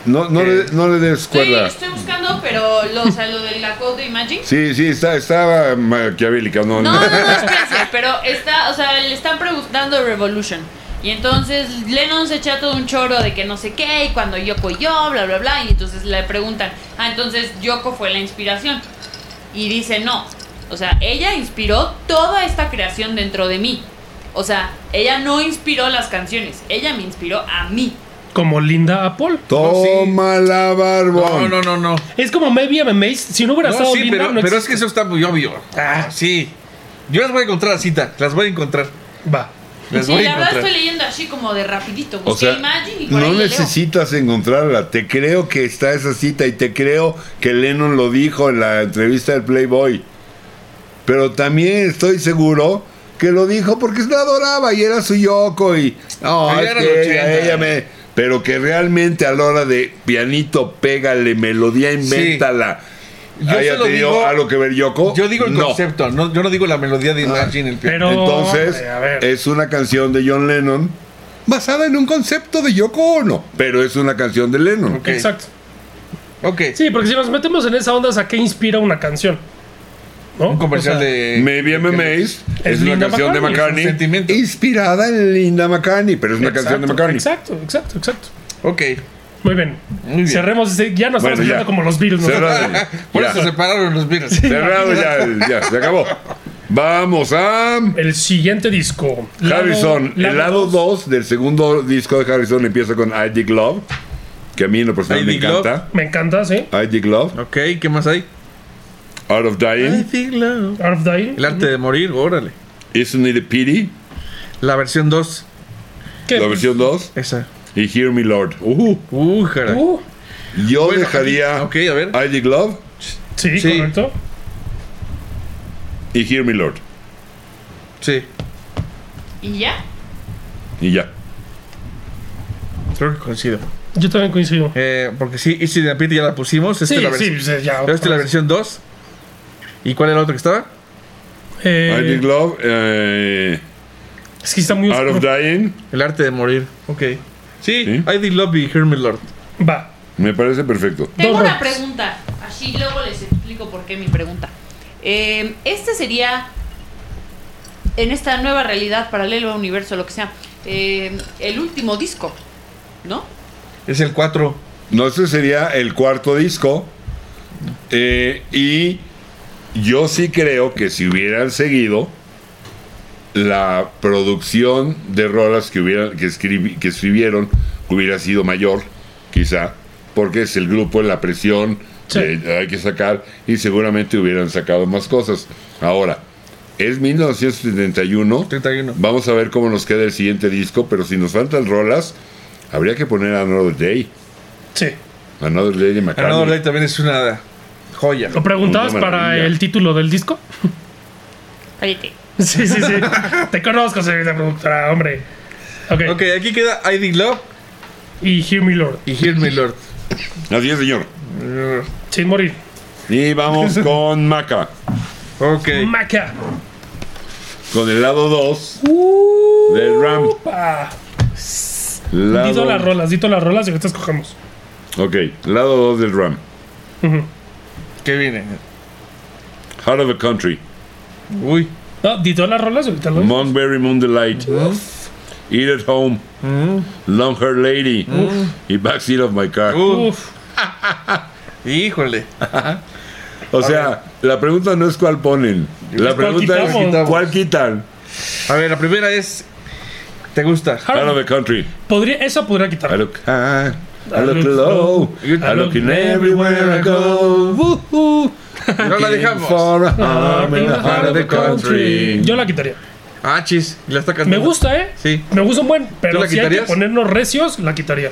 No, no, le, no le des Estoy, cuerda. estoy buscando, pero lo, o sea, lo de la quote de Imagine. Sí, sí, está, estaba maquiavélica. No, No, no. no, no, espérense, pero está, o sea, le están preguntando Revolution. Y entonces Lennon se echa todo un choro de que no sé qué, y cuando Yoko y yo, bla, bla, bla. Y entonces le preguntan, ah, entonces Yoko fue la inspiración. Y dice, no, o sea, ella inspiró toda esta creación dentro de mí. O sea, ella no inspiró las canciones, ella me inspiró a mí. Como Linda Apple. Toma la No, barbón. no, no, no. Es como Maybe I'm Amazed. Si no hubiera No, estado sí, Linda, pero, no pero es que existe. eso está muy obvio. Ah. sí. Yo las voy a encontrar, cita. Las voy a encontrar. Va. Las Sí, voy la a verdad encontrar. estoy leyendo así como de rapidito. O Busqué sea, Imagine y por no ahí le leo. necesitas encontrarla. Te creo que está esa cita y te creo que Lennon lo dijo en la entrevista del Playboy. Pero también estoy seguro que lo dijo porque la adoraba y era su Yoko y no, Ella es era que el ella- 80. ella me- pero que realmente a la hora de pianito pégale melodía invéntala. Ah, Yo ¿Haya se lo tenido digo- algo que ver Yoko? Yo digo el No. concepto, no, yo no digo la melodía de Ah. Imagine, el piano. Pero. Entonces, hombre, a ver. es una canción de John Lennon basada en un concepto de Yoko Ono, pero es una canción de Lennon. Ok. Exacto. Ok. Sí, porque si nos metemos en esa onda, ¿a qué inspira una canción? ¿No? Un comercial O sea, de. Maybe I'm Amazed es, una Linda canción de McCartney, es un McCartney sentimiento. inspirada en Linda McCartney, pero es una exacto, canción de McCartney. Exacto, exacto, exacto. Ok. Muy bien. Muy bien. Cerremos ese. Ya nos Bueno, estamos ya. quedando como los virus. ¿no? Cerrado. Por Ya. eso se separaron los Beatles. Cerrado ya, el- ya, se acabó. Vamos a El siguiente disco. Lado- Harrison. el lado dos. 2 del segundo disco de Harrison empieza con I Dig Love, que a mí en lo personal I me Dig Love. encanta. Me encanta, sí. I Dig Love, Ok, ¿qué más hay? Out of Dying, Art of Dying. El arte de morir, órale. Isn't It a Pity, La versión 2, que- la versión 2, esa. y Hear Me Lord. Uh-huh. Ujú. Uh, caray. Uh, Yo Bueno, dejaría Ok, a ver. I Dig Love sí, Sí. correcto. y Hear Me Lord. Sí. Y ya. Y ya. Creo que coincido. Yo también coincido. Eh, porque sí, Easy the Pit ya la pusimos. Esta Sí, es la sí, versión, sí, ya. esta es la versión 2. ¿Y cuál era el otro que estaba? Eh, I Dig Love, eh, es que está muy Out oscuro. of Dying, El arte de morir. Ok. Sí, Sí. I Did Love y Hear Me Lord. Va. me parece perfecto. Tengo Dos una rolas. pregunta. Así luego les explico por qué mi pregunta. Eh, este sería, en esta nueva realidad paralela universo, lo que sea, eh, el último disco, ¿no? Es el 4. No, este sería el cuarto disco. eh, y yo sí creo que si hubieran seguido la producción de rolas que, hubieran, que, escribi- que escribieron hubiera sido mayor, quizá, porque es el grupo, la presión, Sí. eh, hay que sacar, y seguramente hubieran sacado más cosas. Ahora, es 1971, 31. vamos a ver cómo nos queda el siguiente disco, pero si nos faltan rolas, habría que poner Another Day. Sí. Another Lady McCartney. Another Light también es una joya. ¿Lo preguntabas Una para maravilla. el título del disco? Cállate. Sí, sí, sí. Te conozco, señorita productora, hombre. Ok. Ok, aquí queda I Did Love Y Hear Me Lord. y Hear Me Lord. Así es, señor. Sin morir. Y vamos con Maca. Ok. Maca. Uh. Con el lado 2 del Ram. Upa. Lado- Dito las rolas, dito las rolas y ahorita escogemos. Ok, lado 2 del RAM. Ujú. ¿Qué viene? Heart of the Country. Uy. No, dito las rolas y ahorita lo. Montberry Moon Delight. Eat at Home. Mm. Long Hair Lady. Y Backseat of My Car. Uh, Uf. híjole. O sea, la pregunta no es cuál ponen. La ¿Cuál pregunta es quitamos? cuál quitan. A ver, la primera es. ¿Te gusta? Heart of the Country. Podría, esa podría I quitar. look high. I look low. I look in everywhere I go. Woohoo. No la dejamos. For a home in the heart of the country. Yo la quitaría. Ah, chis. La está Me cantando. gusta, ¿eh? Sí. Me gusta un buen, ¿Tú pero la si hay que quitarías? ponernos recios, la quitaría.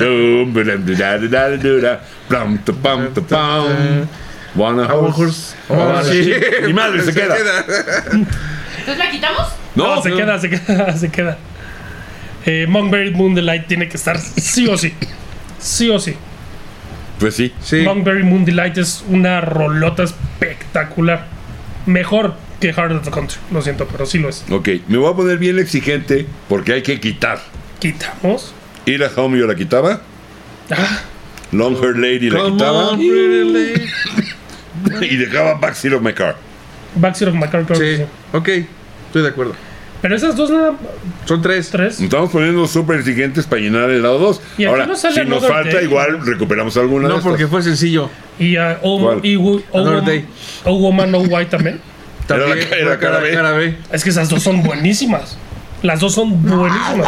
Oh, Wanna horse. Mi madre se queda. Entonces la quitamos. No, No, se queda, se queda, se queda. Eh, Monkberry Moon Delight tiene que estar sí o sí. Sí o sí. pues sí. Sí. Monkberry Moon Delight es una rolota espectacular. Mejor que Heart of the Country. Lo siento, pero sí lo es. Ok, me voy a poner bien exigente porque hay que quitar. Quitamos. Ir a home yo la quitaba. Ah, Long Hair Lady la Come quitaba. on, pretty lady. Y dejaba Backseat of My Car. Backseat of Macar, claro que Sí. sí. Ok. Estoy de acuerdo. Pero esas dos nada Son tres. tres. Estamos poniendo súper exigentes para llenar el lado 2. Y aquí Ahora, no sale si nos Another falta, Day. igual recuperamos alguna de No, estas. porque fue sencillo. Y a ¿Cuál? y Wo- O Another Woman- Day. O Woman, No White también. Era la También ca- era fue cara B. B. Es que esas dos son buenísimas. Las dos son buenísimas.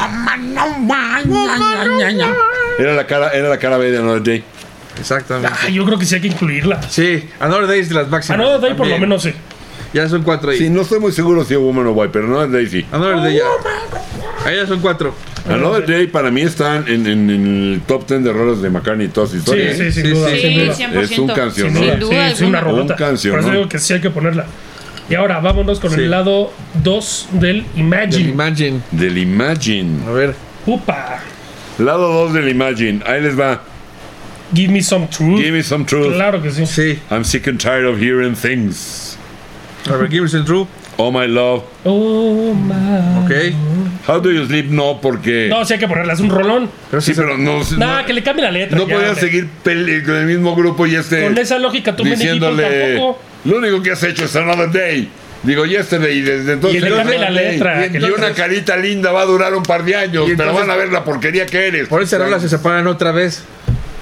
Era la cara, era la cara B de Another Day. Exactamente. Ah, yo creo que sí hay que incluirlas. Sí, Another Day es de las máximas. Another Day por lo también. menos sí. Ya son cuatro ahí. Sí, no estoy muy seguro si es Woman o White, pero Another Day sí. Another Day Oh, ya. Ahí ya son cuatro. Another Day para mí están en, en- en el top 10 de rolas de McCartney y todas sus Sí, historias. sí, sin Sí, duda. sí, Sí, sin duda. 100%. Es un canción, Sin ¿no? Sí, es duda una alguna. rola. rolota. canción, Por eso ¿no? digo que sí hay que ponerla. Y ahora vámonos con Sí. el lado 2 del Imagine. Imagine. Del Imagine. A ver. Upa. Lado 2 del Imagine. Ahí les va. Give me some truth. Give me some truth. Claro que sí. Sí. I'm sick and tired of hearing things. A ver, Give me some True. Oh my love. Oh my. Ok. How do you sleep? No, porque. No, sí hay que ponerla, es un rolón. Pero sí, sí, pero no. Nada, no, que le cambie la letra. no ya, podía hombre. seguir pele- con el mismo grupo y este. Con esa lógica tú me diciéndole. tampoco. Lo único que has hecho es another day. Digo, yesterday, y desde entonces. Y le cambia la another day. letra, Y, que y le- una carita linda va a durar un par de años, Y pero entonces- van a ver la porquería que eres. Por esa rola se separan otra vez.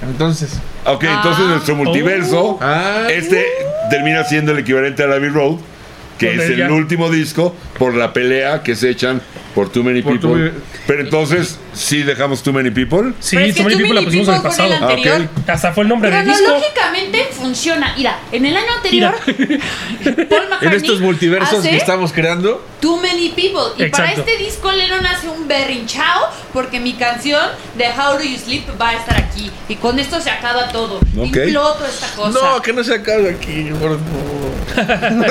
Entonces. Ok, entonces Ah. nuestro oh. multiverso. Ah. Este termina siendo el equivalente a la Abbey Road, que Donde es el ya- último disco por la pelea que se echan por Too Many Por People. Too Many- Pero entonces, ¿sí dejamos Too Many People? Sí, Pero es Too que Many Too People la Many pusimos en el People fue pasado. en Ah, ok. anterior. Hasta fue el nombre del disco. Cronológicamente funciona. Mira, en el año anterior, Paul En McCartney estos multiversos hace que estamos creando. Too Many People. Y para Exacto. este disco, Lennon hace un berrinchao porque mi canción de How Do You Sleep va a estar aquí. Y con esto se acaba todo. Ok. Imploto esta cosa. no, que no se acabe aquí, por favor.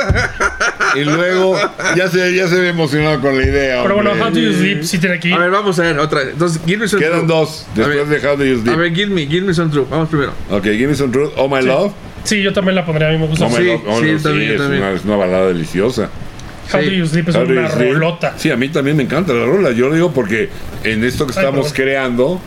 Y luego, ya se, ya se ve emocionado con la idea. Pero bueno, hombre. How Do You Sleep sí tiene aquí. A ver, vamos a ver otra. Entonces, Give me some Quedan True. dos, después A de How Do You A Sleep. ver, Give me, Give me some True. Vamos primero. Ok, Give Me Some Truth, Oh My Love. Sí, yo también la pondría, a mí me gusta. Oh My Sí, Love, oh, sí, no, también, es, también. Una, es una balada deliciosa. How Sí. Do You Sleep es How Do una You Sleep. rolota. Sí, a mí también me encanta la rola. Yo lo digo porque en esto que Ay, estamos perdón. creando,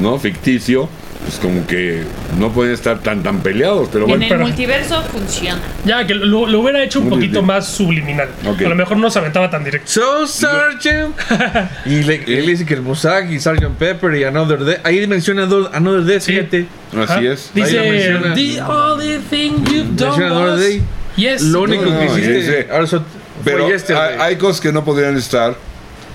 ¿no? Ficticio, pues como que no pueden estar tan tan peleados, pero En bueno. el pero- multiverso funciona. Ya, que lo, lo hubiera hecho un Muy poquito bien. más subliminal. Ok. A lo mejor no se aventaba tan directo. So Sergeant. y le, y le dice que el Mosaic y Sergeant Pepper y Another Day. Ahí menciona dos, Another Day, Sí. fíjate. Así Ajá. es. Ahí lo Dice, menciona. the only thing you've done Menciona Another was... Day. Yes. Lo único No, no, que hiciste ese- ahora son- Pero fue hay, yesterday. hay cosas que no podrían estar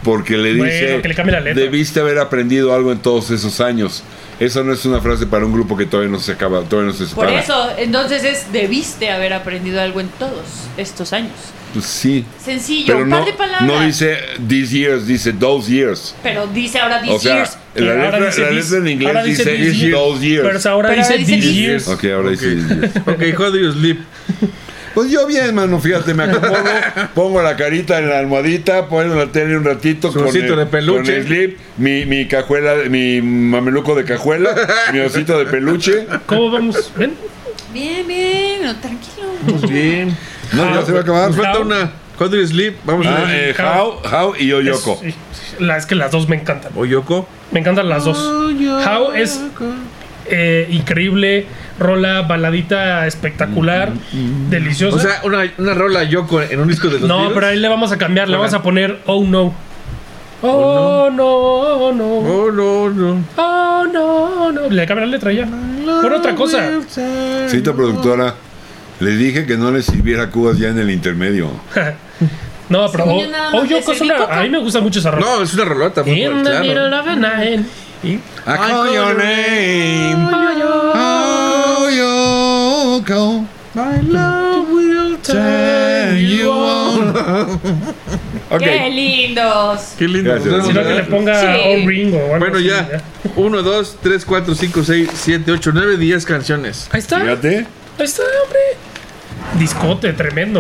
porque le este Bueno, dice, que le cambie la letra. debiste haber aprendido algo en todos esos años. Esa no es una frase para un grupo que todavía no se acaba, todavía no se Por separa. eso, entonces es debiste haber aprendido algo en todos estos años. Pues sí. Sencillo, Pero un par no, de palabras. no dice these years, dice those years. pero dice ahora this O sea, years. la Ahora letra, dice la this- letra en ahora inglés dice dice, this year. those Pero years. ahora Pero dice dice these this years. Ok, ahora dice these years. Ok, how do you sleep? Pues yo bien, mano, fíjate, me acomodo, pongo la carita en la almohadita, pongo la tele un ratito Su osito de peluche. con el slip, mi, mi cajuela, mi mameluco de cajuela, mi osito de peluche. ¿Cómo vamos? ¿Ven? Bien, bien, Tómenlo, tranquilo. Pues bien. No, ya se va a acabar. Nos falta una. ¿Cuándo es Sleep? Vamos a Ah, ver. eh, How, How y Oyoko. Es, la, es que las dos me encantan. Oyoko. Me encantan las Oh, dos. How es eh, increíble, rola, baladita Mm, espectacular, deliciosa. O sea, una, una rola Yoko en un disco de los no, Beatles. pero ahí le vamos a cambiar, le Ajá. vamos a poner Oh No. Oh, no, oh no, oh no, Oh, no, no. oh no, Le cambia la letra ya. Por otra cosa. Cita productora. Les dije que no les sirviera cubas ya en el intermedio. no, pero Según oh, yo nada oh más yo le serví cosa- coca. a mí me gusta mucho esa rola. No, es una rolota. muy In fuerte, the claro. Ah, middle of the night. I call your name. Oh, yo- Oyoko. oh, My love will Turn turn you you on. Ok. ¡Qué lindos! Qué lindo. Gracias. Nos vemos, Sino que le ¿verdad? ponga Sí. Oh Ring o algo Bueno, así, ya. 1, 2, 3, 4, 5, 6, 7, 8, 9, 10 canciones. Ahí está. Fíjate. Ahí está, hombre. Discote, tremendo.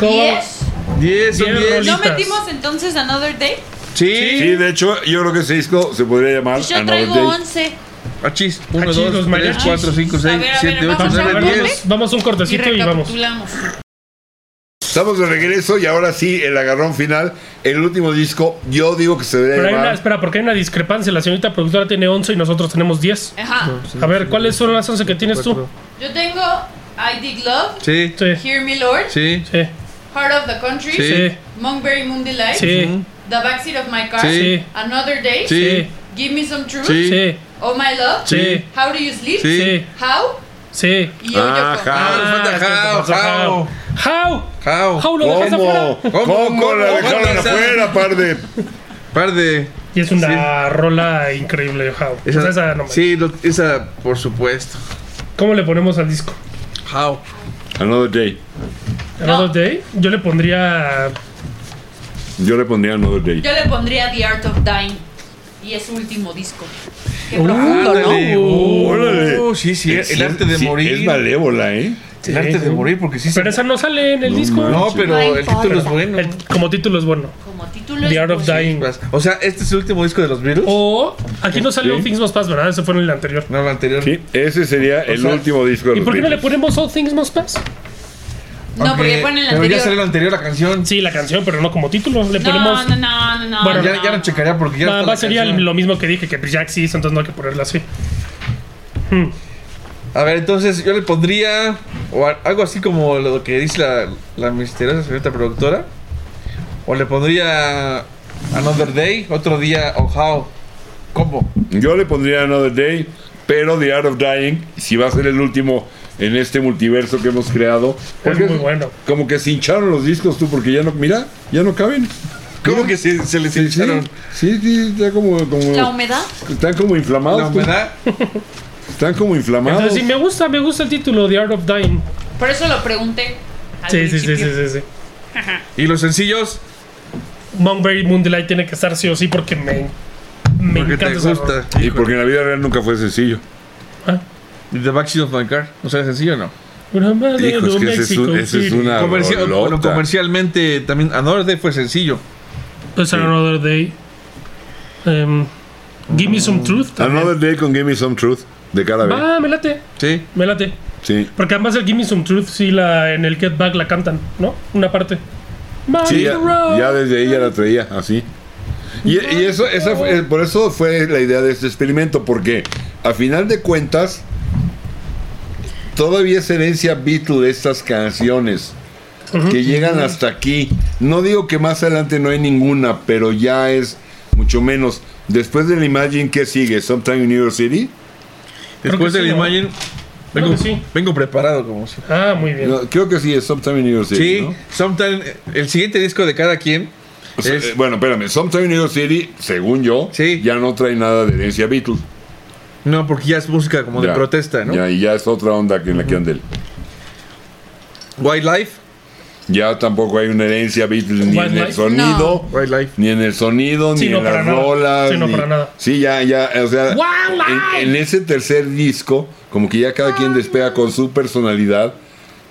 ¿Diez? 10 son Diez 10. rolitas. ¿No metimos entonces Another Day? Sí, Sí. de hecho, yo creo que ese disco se podría llamar Pues yo Another traigo Day. once. Achis. 1, Achis, los 2, 3, mariachis. 4, 5, A 6, ver, a 7, ver, 8, vamos a 9, ver, 10. Vamos a un Y cortecito y, vamos. recapitulamos. Estamos de regreso y ahora sí, el agarrón final. El último disco, yo digo que se Pero debería hay una, llamar. espera, porque hay una discrepancia. La señorita productora tiene 11 y nosotros tenemos 10. Ajá. A ver, ¿cuáles son las 11 que tienes tú? Yo tengo I Did Love, Sí. Sí, sí, Hear Me Lord, Sí. sí, Heart of the Country, sí, Monkberry Moon Delight, sí, The Backseat of My Car, Sí. Another Day, Sí. Give Me Some Truth, Sí. sí, Oh My Love, Sí. How Do You Sleep, Sí. How sí. y Ah, Oyoko. How. nos falta es que te How, falta How. How. How. How lo dejas ¿Cómo? afuera. ¿Cómo, ¿Cómo cómo, la cómo dejaron estás? afuera, par de Par de. Y es una rola increíble, How. O sea, Pues esa no me- sí, lo- esa, por supuesto. ¿Cómo le ponemos al disco? How. Another Day? Another Day. Yo le pondría. Yo le pondría Another Day. Yo le pondría The Art of Dying y es su último disco. Qué Uh. profundo, ¿no? Ándale, Órale. oh, sí, sí, Es- el arte de sí, morir. Es malévola, ¿eh? El arte de morir, porque sí. se- Pero esa no sale en el No disco. manches. No, pero No el título es importa. bueno. El- como título es bueno. Como título The es Art of bullshit. Dying. O sea, este es el último disco de los Beatles. O aquí no salió Sí. Things Must Pass, ¿verdad? Ese fue en el anterior. No, el anterior. Sí, ese sería el sea, último disco de ¿Y los por qué no le Beatles. ponemos All Things Must Pass? No, Aunque- porque ponen el Pero ya salió anterior. la anterior la canción. Sí, la canción, pero no como título. Le No, ponemos. no, no, no, no. Bueno, no, Ya, ya no. no checaría porque ya. Nada está la más sería canción. lo mismo que dije, que Jack sí, entonces no hay que ponerla así. Oh. Hmm. A ver, entonces yo le pondría. O a- algo así como lo que dice la, la misteriosa señorita productora. O le pondría. Another Day, otro día, o How. ¿Cómo? Yo le pondría Another Day, pero The Art of Dying, si va a ser el último en este multiverso que hemos creado. Es porque muy bueno. Como que se hincharon los discos tú, porque ya no, mira, ya no caben. ¿Cómo que se, se les Sí, sí, hincharon? sí, sí, está como, como- La humedad. están como inflamados. La tú. humedad. Están como inflamados. Entonces sí, me gusta, me gusta el título, The Art of Dying. Por eso lo pregunté. al Sí, sí, sí, principio. sí, sí, sí. Y los sencillos, Monkberry Moonlight tiene que estar sí o sí porque me, me porque encanta te esa rola. gusta. Y porque en la vida real nunca fue sencillo. Y The Backseat of My Car, ¿no será sencillo o no? Una madre Hijo, es de que ese es Mexico un- ese es City. una- Ah, Comerci- rolota. bueno, comercialmente también Another Day fue sencillo. Pues Another Day. Em, give me some truth. también. Another Day con Give Me Some Truth, de cara B. Va, me late, Sí. me late. Sí. Porque además el Give Me Some Truth, sí, la, en el Get Back la cantan, ¿no? Una parte. By Sí, the ya, road. ya desde ahí ya la traía, así. Y, y eso, esa fue- eh, por eso fue la idea de este experimento, porque a final de cuentas, todavía es herencia Beatle estas canciones que llegan hasta aquí. No digo que más adelante no hay ninguna, pero ya es mucho menos. Después del Imagine, ¿qué sigue? ¿Sometime in New York City? Creo Después que del sí, ¿no? Imagine, Creo que vengo, sí. vengo preparado como siempre. Ah, muy bien. No, creo que sí, es Sometime in New York City. Sí, ¿no? Sometime, el siguiente disco de cada quien. O sea, es- eh, bueno, espérame, Sometime in New York City, según yo, Sí. ya no trae nada de herencia Beatle. no, porque ya es música como de Ya. protesta, ¿no? Ya, y ya es otra onda que en la que anda él. Wildlife, Ya tampoco hay una herencia Beatles ni en el Wildlife. sonido, Wildlife. ni en el sonido, Sí, ni no, en las para nada. rolas. Sí, no, ni- para nada. Sí, ya, ya, o sea, Wildlife. en, en ese tercer disco, como que ya cada Ah. quien despega con su personalidad,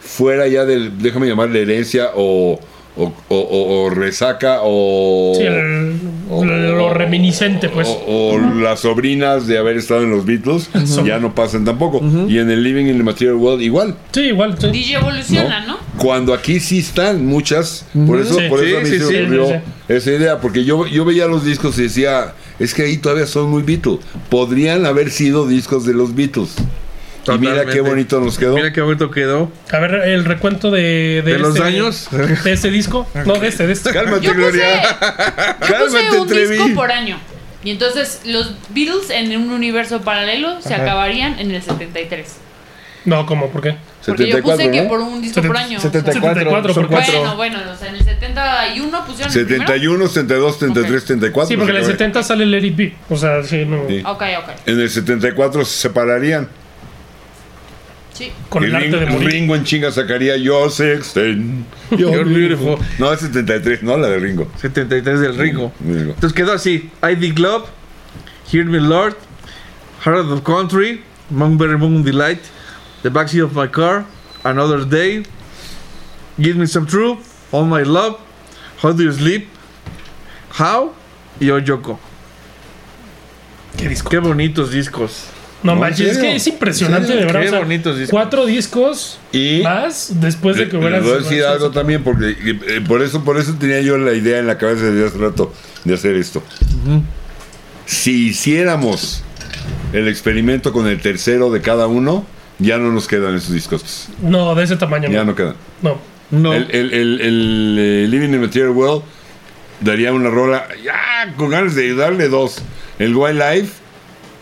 fuera ya del, déjame llamarle herencia o, o, o- o- o resaca o... Sí, el- lo, lo reminiscente, pues. O, o las sobrinas de haber estado en los Beatles ya no pasan tampoco. Y en el Living in the Material World igual. Sí, igual. sí. DJ evoluciona, ¿no? Cuando aquí sí están muchas, por eso, Sí. por eso a mí se Sí, sí, me sí, ocurrió sí, esa idea, porque yo, yo veía los discos y decía, es que ahí todavía son muy Beatles, podrían haber sido discos de los Beatles. Y mira Totalmente. qué bonito nos quedó. Mira qué bonito quedó. A ver, el recuento de. ¿De, ¿De los daños? De este disco. No, de este, de este. Cálmate, Yo puse, Gloria. yo puse Cálmate, un Trevi. disco por año. Y entonces los Beatles en un universo paralelo se acabarían en el 73. No, ¿cómo? ¿Por qué? Ah, Porque yo puse 74, que ¿no? por un disco por año. 74, 74, son porque- cuatro. Bueno, bueno, o sea, en el 71 pusieron el primero. 71, 72, 73, 34. Sí, porque en el 70 sale el Eric B. O sea, sí, no. pues Sí. Ok, ok. En el 74 se separarían. Sí. Con Y el arte Ring- de morir. Ringo en chinga sacaría Yo Sexten. Yo You're beautiful. No, es 73, no la de Ringo. 73 del Ringo. Ringo. Entonces quedó así: ID Club, Hear Me Lord, Heart of Country, Monkberry Moon Delight, The Backseat of My Car, Another Day, Give Me Some True, All My Love, How Do You Sleep, How y Oh Yoko. Qué disco. Qué bonitos discos. No, No, manches, ¿en es que serio? es impresionante, ¿En de serio? verdad. Qué o sea, bonitos discos. Cuatro discos Y más después de le, que le hubieran voy a decir algo también, porque eh, por eso por eso tenía yo la idea en la cabeza desde hace rato de hacer esto. Si hiciéramos el experimento con el tercero de cada uno, ya no nos quedan esos discos. No, de ese tamaño Ya no. no quedan. No. No. El, el- el- el, eh, Living in the Material World daría una rola ya con ganas de ayudarle dos. El Wildlife.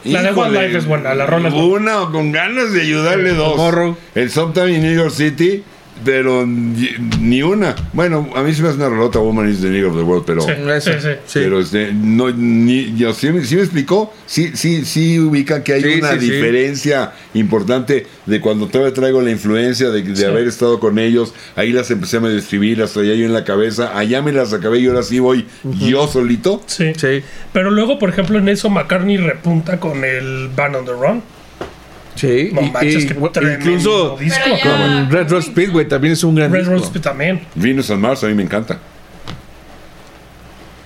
La de Wildlife es buena, la rola es buena. Una con ganas de ayudarle dos. Tomorrow. El Sometime in New York City, pero ni ni una. Bueno, a mí se me hace una rolota Woman is the Need of the World, pero. Sí, Eso. sí, sí. Sí. Pero este, no, ni, yo, ¿sí, me- sí me explicó? Sí, sí, sí ubica que hay Sí, una sí, sí. diferencia importante de cuando todavía traigo la influencia de, de haber estado con ellos. Ahí las empecé a medio escribir, las traía yo en la cabeza. Allá me las acabé y ahora sí voy yo solito. Sí. Sí. Pero luego, por ejemplo, en eso McCartney repunta con el Band on the Run. Sí. No y- manches, y- qué tremendo incluso disco. Pero ya- con Ah, Red Rock Speedway también es un gran Red disco. Roll Speed también. Venus and Mars a mí me encanta.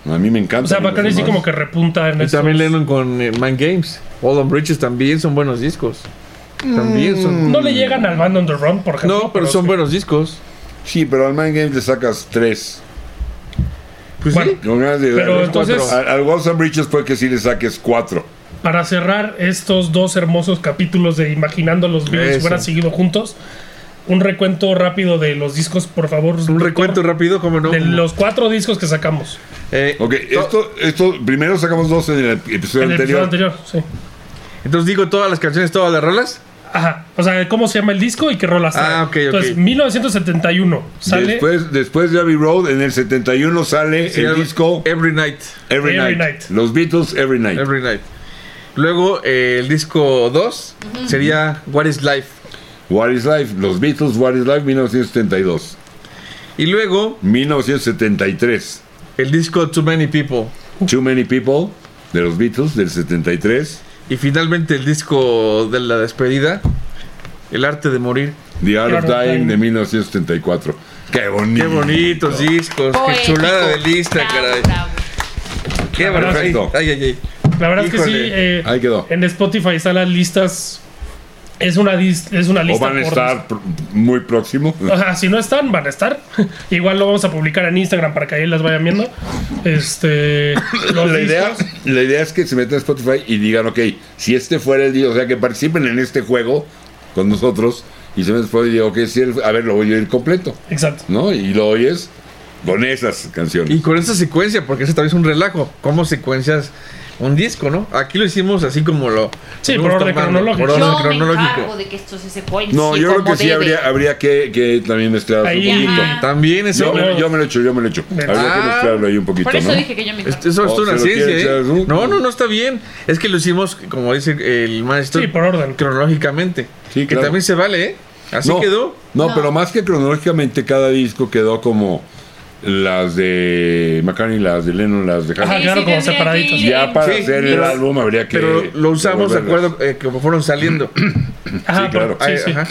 A mí me encanta. O sea, Venus McCartney and sí Mars. como que repunta en Y eso. también Lennon con eh, Mind Games. All on Bridges también son buenos discos. También son. Mm. No le llegan al Band on the Run, por ejemplo. No, pero son sí. buenos discos. Sí, pero al Mind Games le sacas tres. Pues Bueno, sí. Con ganas de Pero ayudarle entonces- cuatro. Al, al Walls and Bridges puede que sí le saques cuatro. Para cerrar estos dos hermosos capítulos de Imaginando los Beatles Eso. hubieran seguido juntos, un recuento rápido de los discos, por favor. Un doctor, recuento rápido, como no. De los cuatro discos que sacamos. Eh, Ok, to- esto, esto primero sacamos dos en el episodio En el episodio anterior. anterior, sí. Entonces digo todas las canciones, todas las rolas. Ajá. O sea, cómo se llama el disco y qué rolas Ah, trae. ok, ok. Entonces, 1971 sale Después, después de Abbey Road, en el 71 sale Sí, el algo- disco Every Night. Every, Every Night. Night. Los Beatles Every Night. Every Night. Luego eh, el disco 2 sería What is Life. What is Life? Los Beatles What is Life 1972. Y luego 1973. el disco Too Many People. Too Many People de los Beatles del 73. Y finalmente el disco de la despedida, El arte de morir. The Art of Art of Dying Dying. de 1974. Qué bonito. Qué bonitos discos, qué Poético. chulada de lista, Bravo, caray. bravo. Qué bárbaro. Perfecto. Ay, ay, ay. La verdad es que sí. Híjole, eh, ahí quedó. En Spotify están las listas. Es una, dis- es una O lista. van a por estar pr- muy próximo. disco. Ajá, si no están, van a estar. Igual lo vamos a publicar en Instagram para que ahí las vayan viendo. Este. los La idea, discos. la idea es que se metan a Spotify y digan, ok, si este fuera el día, o sea, que participen en este juego con nosotros y se metan a Spotify y digan, ok, si el- a ver, lo voy a oír completo, Exacto. ¿no? Y lo oyes con esas Y canciones. con esta secuencia, porque eso también es un relajo. ¿Cómo secuencias un disco, no? Aquí lo hicimos así como lo. Sí, lo por fuimos orden cronológico. Por Yo orden me encargo cronológico. de que esto se secuencie. no, yo creo como que sí debe. habría, habría que, que también mezclarlo Ahí, un poquito. ajá. También eso. Yo, me, claro. yo me lo echo, yo me lo echo. Ah. Habría que mezclarlo ahí un poquito, Por eso ¿no? dije que yo me encargo. Esto- Eso O es se toda lo una quiere ciencia, echar, ¿eh? ¿no? No, no, no está bien. Es que lo hicimos, como dice el maestro, Sí, por orden. cronológicamente. Sí, Que claro. también se vale, ¿eh? Así no, quedó. No, No. pero más que cronológicamente, cada disco quedó como las de McCartney, las de Lennon, las de Ajá, Harry. Ah, claro, como tendría que separaditos. ir Pues Ya en- para eh, Sí, hacer el pero- álbum habría que. Pero lo usamos de devolverlas. acuerdo eh, como fueron saliendo. Ajá, claro. pero- sí, Ay, sí. ajá.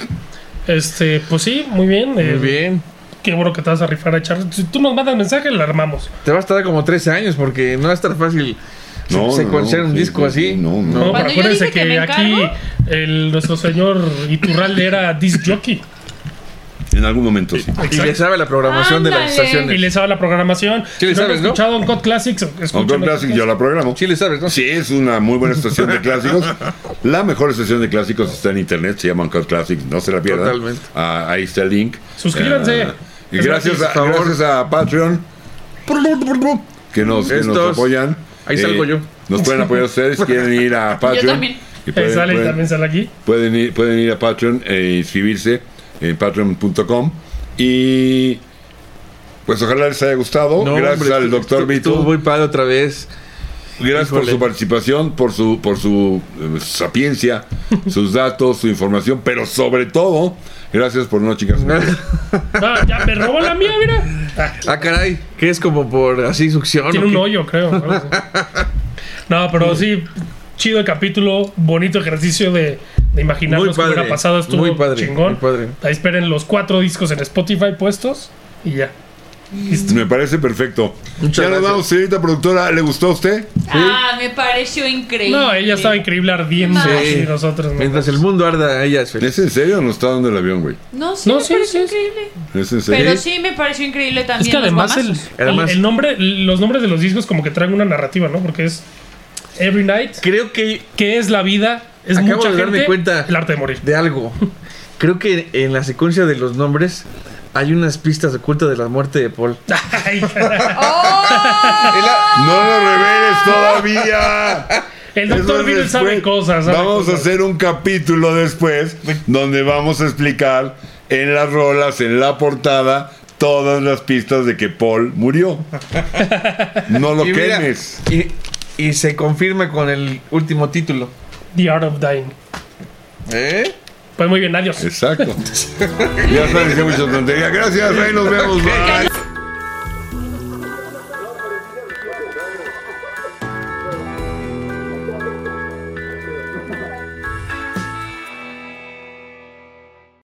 Este, pues sí, muy bien. eh, Muy bien. qué bueno que te vas a rifar a echar. Si tú nos mandas mensaje, la armamos. Te va a tardar como 13 años porque no va a estar fácil No, no, secuenciar no, un sí, disco sí, así. sí, no, no. No, pero Cuando yo acuérdense dije que, que me aquí encargo- el, nuestro señor Iturralde era disc jockey. En algún momento sí. Y le sabe la programación de las Ándale. Y estaciones. le sabe la programación. si Sí le no lo sabes, han ¿no? escuchado en Cod Classics, Autor escúchenlo. Classic yo la programo. Sí le sabes, ¿no? Sí, es una muy buena estación de clásicos. La mejor estación de clásicos está en internet, se llama Uncut Classics, no se la pierdan. Totalmente. Ah, ahí está el link. Suscríbanse. Ah, y Es gracias, gratis, a, por favor. gracias a Patreon que nos, que nos Estos- apoyan. Eh, ahí salgo yo. Nos pueden apoyar ustedes, quieren ir a Patreon. también. Y Eh, pueden- sale, pueden- también sale aquí. Pueden ir, pueden ir a Patreon e inscribirse en patreon.com. Y pues ojalá les haya gustado. No, gracias Oh, hombre, al estu- doctor estu- Vito. Estuvo muy padre otra vez. Gracias por híjole. su participación, por su, por su eh, sapiencia, sus datos, su información, pero sobre todo, gracias por no chicas. Ah, ya me robó la mía, mira. Ah, ah, caray. Que es como por así succión. tiene ¿o un qué? hoyo, creo. algo así. No, pero sí, chido el capítulo, bonito ejercicio de, de imaginarnos Muy que padre, hubiera pasado. Estuvo muy padre, chingón. muy padre. Ahí esperen los cuatro discos en Spotify puestos y ya. Me parece perfecto. Muchas ya nos gracias. vamos, señorita productora. ¿Le gustó a usted? Ah, me pareció increíble. No, ella estaba increíble ardiendo Sí. y nosotros no. Mientras el mundo arda, ella es feliz. ¿Es en serio o nos está dando el avión, güey? No, sí, No, me sí, pareció sí, increíble. ¿Es en serio? Pero sí me pareció increíble Es también. que los además el, guamazos. el- Además- el nombre, los nombres de los discos como que traen una narrativa, ¿no? Porque es Every Night, Creo que ¿qué es la vida? Es Acabo mucha de darme gente, cuenta. el arte de morir. de algo. Creo que en la secuencia de los nombres hay unas pistas ocultas de la muerte de Paul. Ay, caray. ¡Oh! No lo reveles todavía. el Eso doctor Bill después. sabe cosas. sabe vamos cosas. a hacer un capítulo después donde vamos a explicar en las rolas, en la portada, todas las pistas de que Paul murió. No lo Y mira, quemes. y- y se confirma con el último título. The Art of Dying. ¿Eh? Pues muy bien, adiós. Exacto. ya saben que mucha tontería. Gracias, ahí nos vemos. Bye.